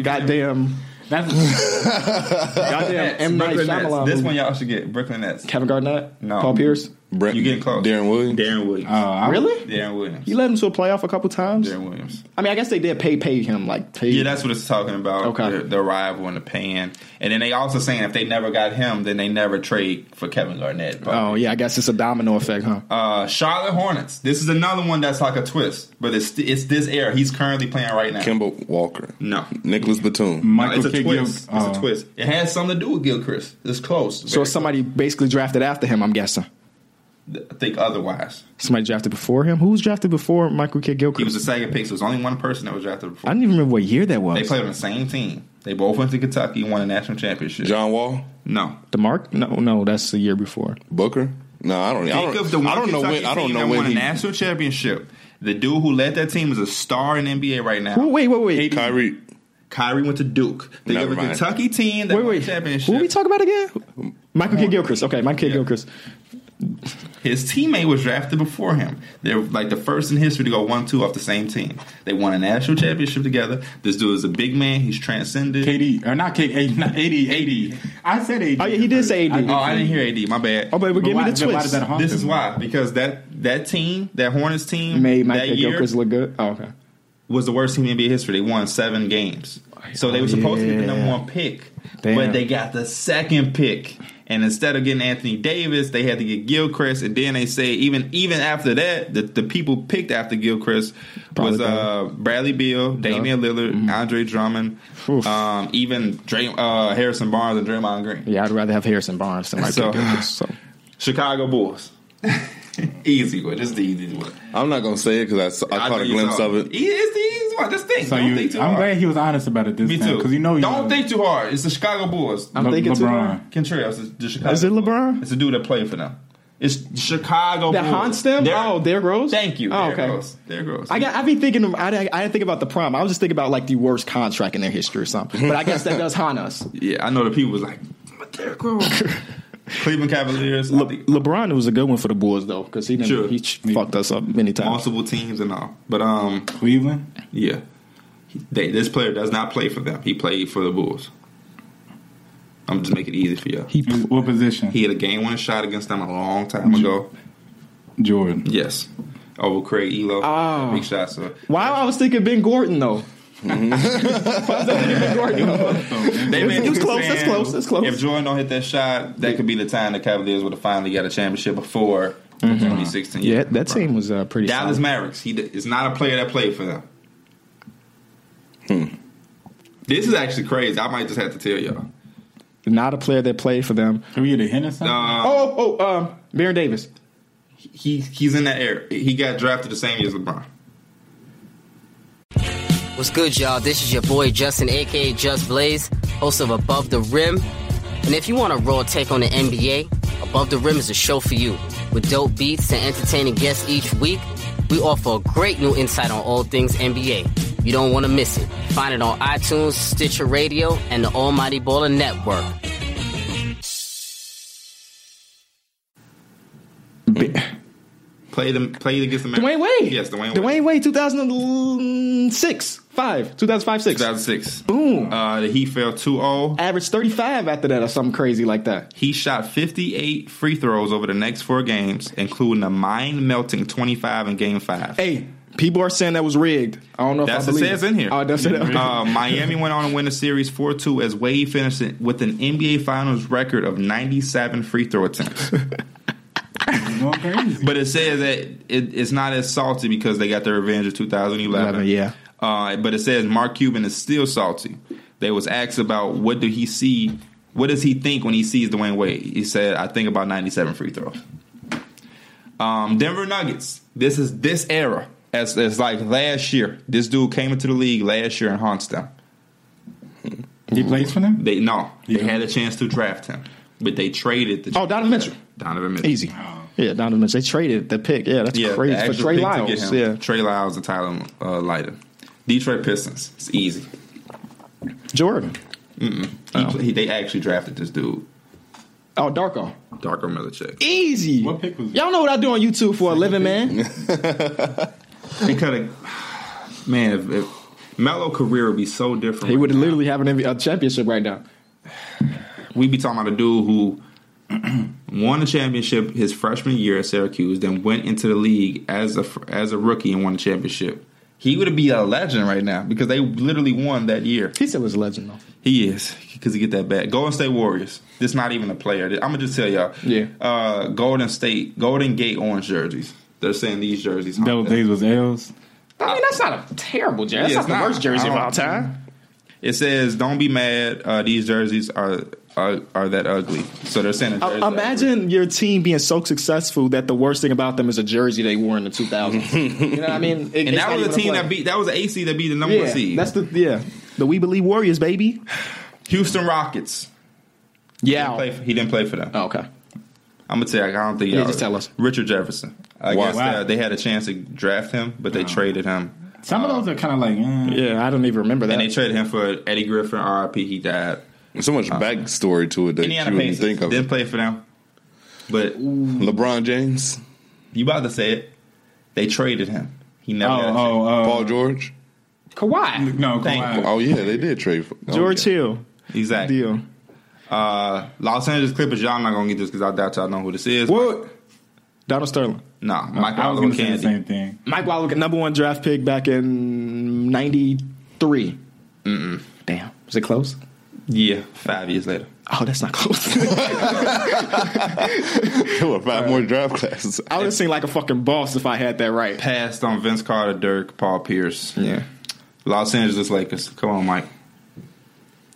Speaker 1: Goddamn, <laughs>
Speaker 3: That's
Speaker 1: goddamn.
Speaker 2: Nets,
Speaker 1: M Night
Speaker 2: Brooklyn
Speaker 1: Shyamalan.
Speaker 2: Nets. This
Speaker 1: movie.
Speaker 2: one y'all should get Brooklyn Nets.
Speaker 1: Kevin Garnett,
Speaker 2: No.
Speaker 1: Paul Pierce.
Speaker 4: Brent,
Speaker 2: You getting close.
Speaker 4: Darren Williams.
Speaker 2: Darren Williams.
Speaker 3: uh,
Speaker 1: Oh.
Speaker 3: I-
Speaker 1: Really?
Speaker 2: Darren Williams.
Speaker 1: You led him to a playoff a couple times.
Speaker 2: Darren Williams.
Speaker 1: I mean, I guess they did pay pay him like pay.
Speaker 2: Yeah, that's what it's talking about.
Speaker 1: Okay.
Speaker 2: The, the rival and the pan. And then they also saying if they never got him, then they never trade for Kevin Garnett. But,
Speaker 1: oh yeah, I guess it's a domino effect, huh?
Speaker 2: uh, Charlotte Hornets. This is another one that's like a twist, but it's it's this era. He's currently playing right now.
Speaker 4: Kimba Walker.
Speaker 2: no.
Speaker 4: Nicholas Batum.
Speaker 2: No, it's
Speaker 3: Michael
Speaker 2: a
Speaker 3: K.
Speaker 2: twist.
Speaker 3: Gil-
Speaker 2: it's
Speaker 3: uh,
Speaker 2: a twist. It has something to do with Gilchrist. It's close.
Speaker 1: so
Speaker 2: Very
Speaker 1: somebody basically drafted after him. I'm guessing
Speaker 2: close. I think otherwise.
Speaker 1: somebody drafted before him. Who was drafted before Michael Kidd
Speaker 2: He was
Speaker 1: Gilchrist?
Speaker 2: the second pick, so it was only one person that was drafted
Speaker 1: I
Speaker 2: before.
Speaker 1: don't even remember what year that was.
Speaker 2: They played on the same team. They both went to Kentucky and won a national championship.
Speaker 4: John Wall.
Speaker 2: No.
Speaker 1: the mark? No, no, that's the year before.
Speaker 4: Booker. No, I don't. I
Speaker 2: Think of the
Speaker 4: don't,
Speaker 2: one
Speaker 4: I don't know
Speaker 2: Kentucky
Speaker 4: when. I don't
Speaker 2: team
Speaker 4: know
Speaker 2: that
Speaker 4: when
Speaker 2: won a
Speaker 4: he.
Speaker 2: national championship. The dude who led that team is a star in the NBA right
Speaker 1: Who-
Speaker 2: now.
Speaker 1: Wait, wait, wait,
Speaker 4: Kyrie.
Speaker 2: Kyrie went to Duke. They
Speaker 4: Never
Speaker 2: have a
Speaker 4: mind.
Speaker 2: Kentucky team that
Speaker 1: wait,
Speaker 2: won a
Speaker 1: wait.
Speaker 2: championship.
Speaker 1: Who are we talking about again? Michael Kidd Gilchrist. Okay, Michael Kidd Gilchrist.
Speaker 2: His teammate was drafted before him. They're like the first in history to go one two off the same team. They won a national championship together. This dude is a big man. He's transcended.
Speaker 3: KD or not KD? Not 80, 80. I said 80.
Speaker 1: Oh, yeah, he did say AD.
Speaker 2: oh, I didn't hear AD. My bad.
Speaker 1: Oh, but, but
Speaker 3: But
Speaker 1: give
Speaker 3: why-
Speaker 1: me
Speaker 3: but
Speaker 1: the
Speaker 3: why
Speaker 1: twist.
Speaker 3: does that haunt
Speaker 2: this
Speaker 3: him?
Speaker 2: is why because that that team, that Hornets team,
Speaker 1: Made
Speaker 2: that
Speaker 1: Michael Kidd
Speaker 2: year
Speaker 1: Gilchrist look good. Oh, okay.
Speaker 2: was the worst team in NBA history. They won seven games, so they were
Speaker 1: Oh,
Speaker 2: supposed to be the
Speaker 1: yeah.
Speaker 2: number one pick,
Speaker 1: Damn.
Speaker 2: but they got the second pick. And instead of getting Anthony Davis, they had to get Gilchrist, and then they say even even after that, the, the people picked after Gilchrist
Speaker 1: Probably
Speaker 2: was uh, Bradley Beal, Damian Lillard, Andre Drummond,
Speaker 1: Oof.
Speaker 2: um, even Dray, uh, Harrison Barnes and Draymond Green.
Speaker 1: Yeah, I'd rather have Harrison Barnes than Michael
Speaker 2: So-
Speaker 1: Kidd <laughs> Gilchrist. So.
Speaker 2: Chicago Bulls, easy one. Just the easy one.
Speaker 4: I'm not gonna say it because I,
Speaker 2: I know
Speaker 4: caught a
Speaker 2: you
Speaker 4: glimpse
Speaker 2: saw
Speaker 4: of it.
Speaker 2: E- It's the easy one. Just think.
Speaker 3: So
Speaker 2: Don't
Speaker 3: you,
Speaker 2: think too
Speaker 3: I'm
Speaker 2: hard.
Speaker 3: glad he was honest about it this
Speaker 2: Me
Speaker 3: time
Speaker 2: too.
Speaker 3: because you know he
Speaker 2: don't
Speaker 3: was-
Speaker 2: think too hard. It's the Chicago Bulls.
Speaker 1: I'm
Speaker 3: Le-
Speaker 1: thinking too
Speaker 3: LeBron.
Speaker 1: hard.
Speaker 2: Contreras is the Chicago.
Speaker 1: Is it
Speaker 2: Bulls.
Speaker 1: LeBron?
Speaker 2: It's the dude that played for them. It's Chicago.
Speaker 1: That
Speaker 2: Bulls.
Speaker 1: haunts them.
Speaker 2: Derrick-
Speaker 1: oh, there goes.
Speaker 2: thank you.
Speaker 1: Oh,
Speaker 2: Derrick
Speaker 1: okay.
Speaker 2: Rose. Derrick Rose.
Speaker 1: I got. I be thinking. of- I, didn't- I didn't think about the prom. I was just thinking about like the worst contract in their history or something. But I guess that does haunt us.
Speaker 2: yeah, I know the people was like, "But Derrick Rose." Cleveland Cavaliers. I
Speaker 1: <laughs> Le-
Speaker 2: think
Speaker 1: LeBron was a good one for the Bulls though, because he done-
Speaker 2: Sure.
Speaker 1: he ch- fucked us up many times.
Speaker 2: multiple teams and all, but um,
Speaker 3: Cleveland.
Speaker 2: yeah, they, this player does not play for them. He played for the Bulls. I'm just making it easy for y'all.
Speaker 1: He
Speaker 3: He was- What position?
Speaker 2: He had a game winning shot against them a long time ago.
Speaker 3: Jordan.
Speaker 2: Yes, over Craig Elo.
Speaker 1: Oh.
Speaker 2: Big shot. So
Speaker 1: Wow, I was thinking Ben Gordon though. <laughs> Why was I thinking Ben Gordon?
Speaker 2: They
Speaker 1: It was close, it's close, it's close.
Speaker 2: If Jordan don't hit that shot, that could be the time the Cavaliers would have finally got a championship before 2016.
Speaker 1: Mm-hmm. yeah, that team was uh, pretty.
Speaker 2: Dallas
Speaker 1: solid.
Speaker 2: Mavericks. He is not a player that played for them.
Speaker 1: Hmm.
Speaker 2: This is actually crazy. I might just have to tell y'all.
Speaker 1: not a player that played for them.
Speaker 3: Can we get a hint or something?
Speaker 2: Uh,
Speaker 1: Oh, oh, um, Baron Davis.
Speaker 2: he he's in that era. He got drafted the same year as LeBron.
Speaker 5: What's good, y'all? This is your boy Justin, aka Just Blaze, host of Above the Rim. And if you want a raw take on the NBA, Above the Rim is a show for you. With dope beats and entertaining guests each week, we offer a great new insight on all things NBA. You don't want to miss it. Find it on iTunes, Stitcher Radio, and the Almighty Baller Network.
Speaker 1: B-
Speaker 2: Played him. Played against the Mavericks.
Speaker 1: Dwayne Wade.
Speaker 2: Yes, Dwayne.
Speaker 1: Dwayne Wade. Two thousand six, five. Two thousand five, six.
Speaker 2: 2006.
Speaker 1: Boom.
Speaker 2: Uh, the Heat fell oh, 2-0.
Speaker 1: Averaged thirty five after that or something crazy like that.
Speaker 2: He shot 58 free throws over the next four games, including a mind melting 25 in game five.
Speaker 1: Hey, people are saying that was rigged. I don't know
Speaker 2: That's
Speaker 1: if I
Speaker 2: what it
Speaker 1: believe
Speaker 2: says in here.
Speaker 1: Oh, it does say that.
Speaker 2: Uh, Miami went on to win the series 4 2 as Wade finished it with an NBA Finals record of 97 free throw attempts.
Speaker 3: He's going crazy.
Speaker 2: but it says that it, it's not as salty because they got their revenge of 2011.
Speaker 1: Eleven, yeah.
Speaker 2: Uh, but it says Mark Cuban is still salty. They was asked about what do he see, what does he think when he sees Dwayne Wade? He said, "I think about 97 free throws." Um, Denver Nuggets. This is this era. As, as like last year, this dude came into the league last year and haunts them.
Speaker 3: He plays for them.
Speaker 2: They no, they
Speaker 3: Yeah.
Speaker 2: had a chance to draft him, but they traded the
Speaker 1: Oh, Donovan Mitchell.
Speaker 2: Donovan
Speaker 1: <laughs>
Speaker 2: Mitchell.
Speaker 1: Easy. Yeah, Donovan Mitchell. They traded the pick. Yeah, that's
Speaker 2: Yeah,
Speaker 1: crazy.
Speaker 2: the
Speaker 1: For
Speaker 2: actual
Speaker 1: Trey
Speaker 2: pick to get
Speaker 1: Lyles.
Speaker 2: him.
Speaker 1: Yeah.
Speaker 2: Trey Lyles and Tyler uh, Leiter. Detroit Pistons. It's easy.
Speaker 1: Jordan.
Speaker 2: He pla- he- they actually drafted this dude,
Speaker 1: Oh, Darko.
Speaker 2: Darko Milicic.
Speaker 1: Easy.
Speaker 3: What pick was it?
Speaker 1: Y'all know what I do on YouTube for a living, man.
Speaker 2: They could have. <sighs> Man, if, if Melo career would be so
Speaker 1: <laughs>
Speaker 2: different.
Speaker 1: He
Speaker 2: right
Speaker 1: would
Speaker 2: now.
Speaker 1: literally have an MV- a championship right now.
Speaker 2: We be talking about a dude who <clears throat> won a championship his freshman year at Syracuse, then went into the league as a fr- as a rookie and won a championship. He would be a legend right now because they literally won that year.
Speaker 1: He still was a legend though.
Speaker 2: He is because he get that back. Golden State Warriors. This not even a player. I'm gonna just tell y'all.
Speaker 1: Yeah.
Speaker 2: Uh, Golden State, Golden Gate orange jerseys. They're saying these jerseys.
Speaker 3: Those days was L's.
Speaker 1: I mean, that's not a terrible jersey.
Speaker 2: Yeah,
Speaker 1: That's not
Speaker 2: it's
Speaker 1: the
Speaker 2: not.
Speaker 1: worst jersey
Speaker 2: I
Speaker 1: of
Speaker 2: don't-
Speaker 1: all time.
Speaker 2: It says, "Don't be mad. Uh, these jerseys are, are are that ugly." So they're saying. a jersey
Speaker 1: I- Imagine your team being so successful that the worst thing about them is a jersey they wore in the
Speaker 2: <laughs>
Speaker 1: 2000s. you know what I mean? It-
Speaker 2: And
Speaker 1: it's
Speaker 2: that
Speaker 1: not
Speaker 2: was
Speaker 1: even
Speaker 2: the
Speaker 1: a
Speaker 2: team
Speaker 1: play.
Speaker 2: that beat. That was the AC that beat the number one
Speaker 1: Yeah,
Speaker 2: seed.
Speaker 1: that's the yeah. The We Believe Warriors, baby.
Speaker 2: Houston Rockets.
Speaker 1: Yeah.
Speaker 2: Play for- he didn't play for them.
Speaker 1: Oh, okay.
Speaker 2: I'm gonna tell you. I don't think.
Speaker 1: Yeah,
Speaker 2: y'all-
Speaker 1: just tell us.
Speaker 2: Richard Jefferson. I
Speaker 4: Wow.
Speaker 2: guess uh, they had a chance to draft him, but they traded him.
Speaker 3: Some of those are kind of like, eh.
Speaker 1: Yeah, I don't even remember that.
Speaker 2: And they traded him for Eddie Griffin, RIP. He died.
Speaker 4: There's so much backstory to it that you
Speaker 2: Uh, Indiana
Speaker 4: wouldn't
Speaker 2: Pacers
Speaker 4: think of.
Speaker 2: didn't play for them, but you
Speaker 4: LeBron James,
Speaker 2: about to say it. They traded him. He
Speaker 3: oh,
Speaker 2: never. had a chance.
Speaker 3: oh, oh.
Speaker 4: Paul George.
Speaker 1: Kawhi,
Speaker 3: No,
Speaker 2: Thank
Speaker 3: Kawhi.
Speaker 4: Oh yeah, they did trade for oh,
Speaker 1: George
Speaker 4: <laughs> yeah.
Speaker 1: Hill,
Speaker 3: oh,
Speaker 2: Exactly.
Speaker 1: deal.
Speaker 2: Uh, Los Angeles Clippers. Y'all not gonna get this because I doubt y'all know who this is.
Speaker 1: What? Donald Sterling.
Speaker 2: Nah, Mike
Speaker 3: I was
Speaker 2: Oliver
Speaker 3: going to say the
Speaker 2: Candy.
Speaker 3: same thing.
Speaker 1: Mike Wallace, number one draft pick back in '93. Mm-mm. Damn, was it close?
Speaker 2: Yeah, five years later.
Speaker 1: Oh, that's not <laughs> close.
Speaker 4: There were five more draft classes.
Speaker 1: I would have seemed like a fucking boss if I had that right.
Speaker 2: Passed on Vince Carter, Dirk, Paul Pierce.
Speaker 1: Yeah.
Speaker 2: Los Angeles Lakers. Come on, Mike.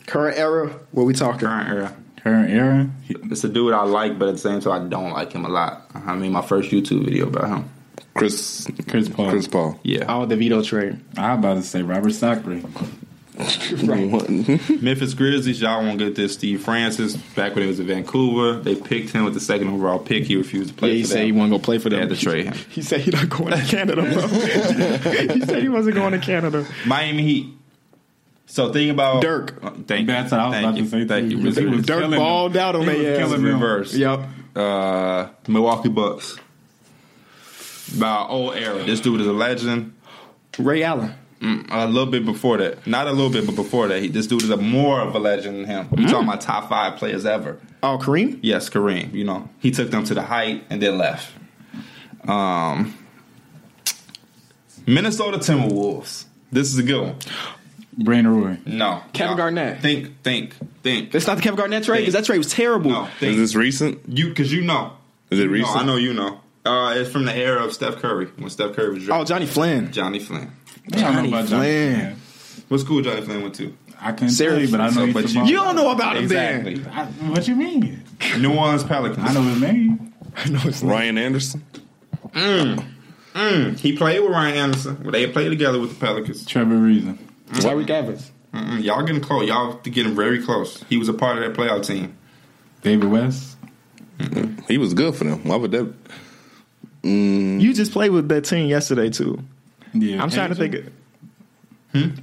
Speaker 1: Current era, what we talking?
Speaker 2: Current era.
Speaker 3: Current era. He-
Speaker 2: It's a dude I like, but at the same time, I don't like him a lot. I made my first YouTube video about him.
Speaker 4: Chris
Speaker 3: Chris Paul.
Speaker 4: Chris Paul.
Speaker 2: Yeah.
Speaker 1: Oh, the veto trade.
Speaker 3: I was about to say Robert Stockton.
Speaker 2: Memphis Grizzlies, y'all won't get this. Steve Francis, back when he was in Vancouver, they picked him with the second overall pick. He refused to play.
Speaker 1: Yeah, he
Speaker 2: for
Speaker 1: said
Speaker 2: them.
Speaker 1: he wasn't gonna play for
Speaker 2: They
Speaker 1: them.
Speaker 2: had to trade him.
Speaker 1: <laughs> He said he not going to Canada. bro. <laughs> he said he wasn't going to Canada.
Speaker 2: Miami Heat. So think about
Speaker 1: Dirk.
Speaker 2: Uh, Thank you.
Speaker 3: That's what I was
Speaker 2: Thank
Speaker 3: about
Speaker 2: you.
Speaker 3: to say.
Speaker 2: Thank
Speaker 3: too.
Speaker 2: you.
Speaker 3: Because he was
Speaker 2: Reverse.
Speaker 1: Dirk
Speaker 3: killing them.
Speaker 1: balled out on
Speaker 3: He was
Speaker 1: their ass.
Speaker 3: killing them.
Speaker 2: Reverse.
Speaker 1: Yep.
Speaker 2: Uh, Milwaukee Bucks. By old era, this dude is a legend.
Speaker 1: Ray Allen.
Speaker 2: A little bit before that, not a little bit, but before that, he, this dude is a more of a legend than him.
Speaker 1: Mm.
Speaker 2: I'm talking about top five players ever.
Speaker 1: Oh, Kareem.
Speaker 2: Yes, Kareem. You know, he took them to the height and then left. Um, Minnesota Timberwolves. This is a good one.
Speaker 3: Brandon Roy.
Speaker 2: No,
Speaker 1: Kevin
Speaker 2: No.
Speaker 1: Garnett.
Speaker 2: Think, think, think.
Speaker 1: It's not the Kevin Garnett trade because that trade was terrible.
Speaker 2: No,
Speaker 4: Is
Speaker 2: think.
Speaker 4: this recent?
Speaker 2: you because you know.
Speaker 4: Is it
Speaker 2: You know,
Speaker 4: recent?
Speaker 2: I know you know. Uh, it's from the era of Steph Curry when Steph Curry was
Speaker 1: Oh,
Speaker 2: drafted.
Speaker 1: Johnny Flynn.
Speaker 2: Johnny Flynn.
Speaker 3: Yeah, I remember about Johnny
Speaker 1: Flynn.
Speaker 3: Flynn.
Speaker 2: What school Johnny Flynn went to?
Speaker 3: I couldn't
Speaker 1: Seriously.
Speaker 3: tell you, but I know
Speaker 2: So,
Speaker 3: he's
Speaker 2: but
Speaker 3: from
Speaker 2: you-
Speaker 1: You
Speaker 3: Boston.
Speaker 1: don't know about him then.
Speaker 3: I, what you mean?
Speaker 2: New Orleans Pelicans.
Speaker 3: I know his name.
Speaker 1: I know it's
Speaker 4: Ryan Anderson.
Speaker 2: He played with Ryan Anderson. Well, they played together with the Pelicans.
Speaker 3: Trevor Reason.
Speaker 1: Tyreek Evans.
Speaker 2: Mm-mm, y'all getting close. Y'all getting very close. He was a part of that playoff team.
Speaker 3: David West.
Speaker 4: He was good for them. Why would that?
Speaker 1: You just played with that team yesterday too.
Speaker 3: Yeah.
Speaker 1: I'm trying to
Speaker 3: Page-
Speaker 1: think. Of,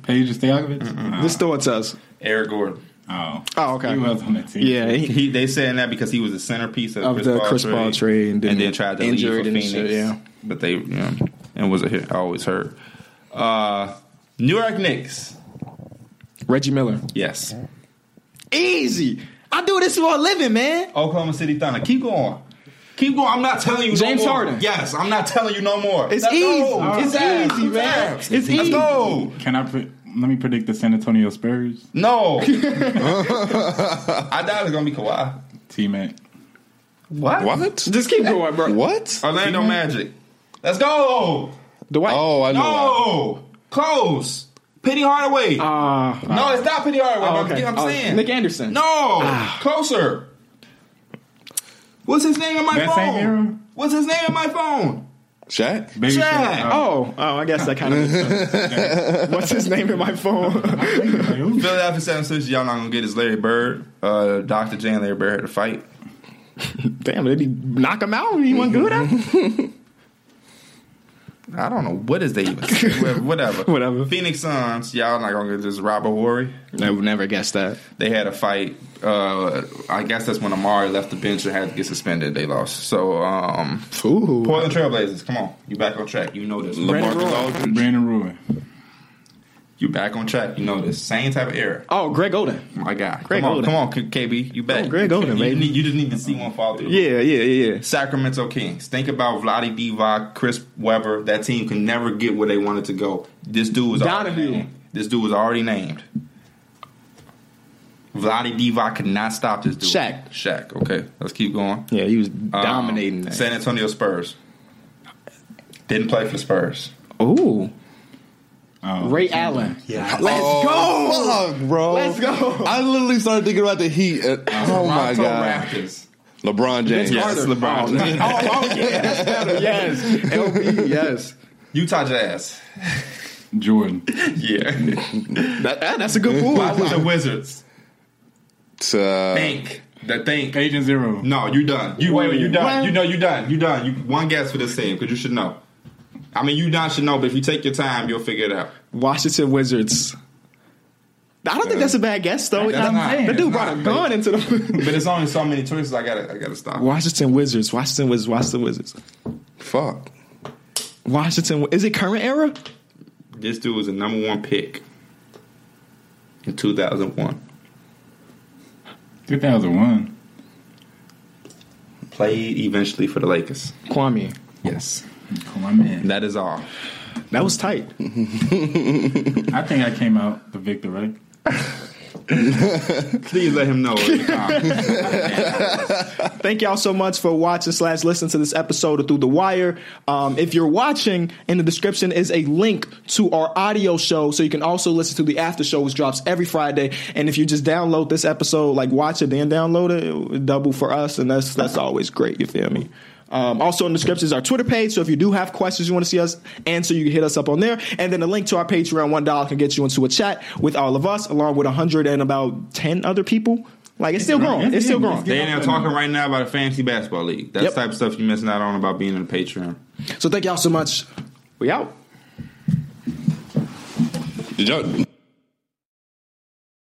Speaker 3: Paige Stojakovic? Uh,
Speaker 1: just throw it to us.
Speaker 2: Eric Gordon.
Speaker 3: Oh.
Speaker 1: Oh,
Speaker 3: He
Speaker 1: okay.
Speaker 3: was on that team.
Speaker 1: Yeah, he,
Speaker 2: He, they saying that because he was the centerpiece of,
Speaker 1: Of
Speaker 2: Chris
Speaker 1: the
Speaker 2: Paul
Speaker 1: Chris
Speaker 2: trade,
Speaker 1: Paul trade and
Speaker 2: and
Speaker 1: then
Speaker 2: then, tried to
Speaker 1: injured
Speaker 2: leave
Speaker 1: and
Speaker 2: for Phoenix.
Speaker 1: shit, yeah.
Speaker 2: but they you know, and was a hit, always hurt. Uh, New York Knicks.
Speaker 1: Reggie Miller.
Speaker 2: Yes.
Speaker 1: Easy. I do this for a living, man.
Speaker 2: Oklahoma City Thunder. Keep going. Keep going. I'm not telling you.
Speaker 1: James
Speaker 2: no more.
Speaker 1: Harden.
Speaker 2: Yes, I'm not telling you no more.
Speaker 1: It's
Speaker 2: Let's
Speaker 1: easy.
Speaker 2: go.
Speaker 1: It's
Speaker 2: Yes,
Speaker 1: easy, man.
Speaker 2: yes.
Speaker 1: It's
Speaker 2: Let's
Speaker 1: easy.
Speaker 2: go.
Speaker 3: Can I pre- let me predict the San Antonio Spurs?
Speaker 1: <laughs>
Speaker 2: No. I doubt it's gonna be Kawhi.
Speaker 3: T Mac.
Speaker 2: What?
Speaker 4: What?
Speaker 1: Just keep going, bro.
Speaker 4: What?
Speaker 2: Orlando Magic. Let's go.
Speaker 1: Dwight.
Speaker 4: Oh, I know.
Speaker 2: No. Close. Penny Hardaway.
Speaker 1: Uh,
Speaker 2: no, it's not Penny Hardaway.
Speaker 1: oh,
Speaker 2: I'm-
Speaker 1: okay.
Speaker 2: I'm,
Speaker 1: Oh,
Speaker 2: saying
Speaker 1: Nick Anderson. Ah.
Speaker 2: No, closer. What's his name on my
Speaker 3: That same era?
Speaker 2: phone? What's his name on my phone?
Speaker 4: Shaq?
Speaker 3: Baby
Speaker 2: Shaq.
Speaker 3: Shaq.
Speaker 1: Oh, oh, I guess that kind of. <laughs> What's his name in my phone? <laughs>
Speaker 3: Like, who-
Speaker 2: Philadelphia 76 y'all not gonna get is Larry Bird. Uh, Dr. J and Larry Bird had a fight.
Speaker 1: Damn, did he knock him out? He wasn't good at it?
Speaker 2: I don't know what is
Speaker 1: <laughs>
Speaker 2: they even whatever. Whatever.
Speaker 1: Whatever.
Speaker 2: Phoenix Suns, y'all not gonna get this Robert Horry.
Speaker 1: I would never guess that.
Speaker 2: They had a fight. Uh, I guess that's when Amari left the bench and had to get suspended. They lost. So um,
Speaker 1: Ooh.
Speaker 2: Portland Trailblazers, come on, you back on track. You know this.
Speaker 1: Brandon
Speaker 4: LaMarcus
Speaker 1: Roy.
Speaker 4: Aldridge.
Speaker 3: Brandon Roy.
Speaker 2: You back on track. You know this. Same type of era.
Speaker 1: Oh, Greg Oden.
Speaker 2: My God,
Speaker 1: Greg
Speaker 2: come on,
Speaker 1: Oden.
Speaker 2: come on, K- KB, you back?
Speaker 1: Oh, Greg Oden,
Speaker 2: you,
Speaker 1: baby.
Speaker 2: Need, you just need to see one fall through.
Speaker 1: Yeah, yeah, yeah, yeah.
Speaker 2: Sacramento Kings. Think about Vladi Divac, Chris Webber. That team can never get where they wanted to go. This dude was already
Speaker 1: Donahue.
Speaker 2: named. This dude was already named. Vladi Divac could not stop this dude.
Speaker 1: Shaq.
Speaker 2: Shaq. Okay, let's keep going.
Speaker 1: Yeah, he was
Speaker 2: Um,
Speaker 1: dominating that.
Speaker 2: San Antonio Spurs. Didn't play for the Spurs.
Speaker 1: Ooh.
Speaker 3: Oh,
Speaker 1: Ray Allen.
Speaker 2: Yeah.
Speaker 1: Let's
Speaker 4: Oh, fuck, bro.
Speaker 1: Let's go.
Speaker 4: I literally started thinking about the Heat. and- oh my
Speaker 2: Toronto
Speaker 4: god,
Speaker 2: Raptors.
Speaker 4: LeBron
Speaker 1: Vince
Speaker 4: James.
Speaker 2: Yes,
Speaker 1: Carter.
Speaker 2: LeBron.
Speaker 1: Oh, no. oh, oh, yes, better, <laughs> yes. LB, yes.
Speaker 2: <laughs> Utah Jazz. <laughs>
Speaker 3: Jordan.
Speaker 1: <laughs>
Speaker 2: Yeah.
Speaker 1: That, that- Ah, that's a good pool. I like
Speaker 2: the Wizards.
Speaker 4: Uh,
Speaker 2: Think. The think.
Speaker 3: Agent Zero.
Speaker 2: No, you done. You wait, wait, you done.
Speaker 1: What?
Speaker 2: You know, you done. You done. You one guess for this team because you should know. I mean, you done should know, but if you take your time, you'll figure it out.
Speaker 1: Washington Wizards. I don't think that's a bad guess, though.
Speaker 2: That's
Speaker 1: That,
Speaker 2: not-
Speaker 1: that
Speaker 2: that's
Speaker 1: dude brought
Speaker 2: not.
Speaker 1: a gun into <laughs> the.
Speaker 2: <laughs> But it's only so many choices. I gotta, I gotta stop.
Speaker 1: Washington Wizards. Washington Wizards. Washington Wizards.
Speaker 4: fuck.
Speaker 1: Washington. Is it current era?
Speaker 2: This dude was the number one pick in 2001.
Speaker 3: 2001.
Speaker 2: Played eventually for the Lakers.
Speaker 1: Kwame.
Speaker 2: Yes,
Speaker 3: Oh, my man.
Speaker 2: that is all.
Speaker 1: That was tight.
Speaker 3: I think I came out the victor, right?
Speaker 2: Please let him know.
Speaker 1: Thank y'all so much for watching slash listening to this episode of Through the Wire. Um, if you're watching, in the description is a link to our audio show, so you can also listen to the after show, which drops every Friday. And if you just download this episode, like watch it then download it, it, would double for us, and that's that's always great. You feel me? Um, also in the description is our Twitter page, so if you do have questions you want to see us answer, you can hit us up on there. And then a link to our Patreon, one dollar can get you into a chat with all of us, along with hundred and about ten other people. Like it's still growing, it's still growing.
Speaker 2: <laughs> They in there talking right now about a fantasy basketball league. That's
Speaker 1: Yep.
Speaker 2: the type of stuff you missing out on about being in a Patreon.
Speaker 1: So thank y'all so much. We out.
Speaker 4: Did y'all?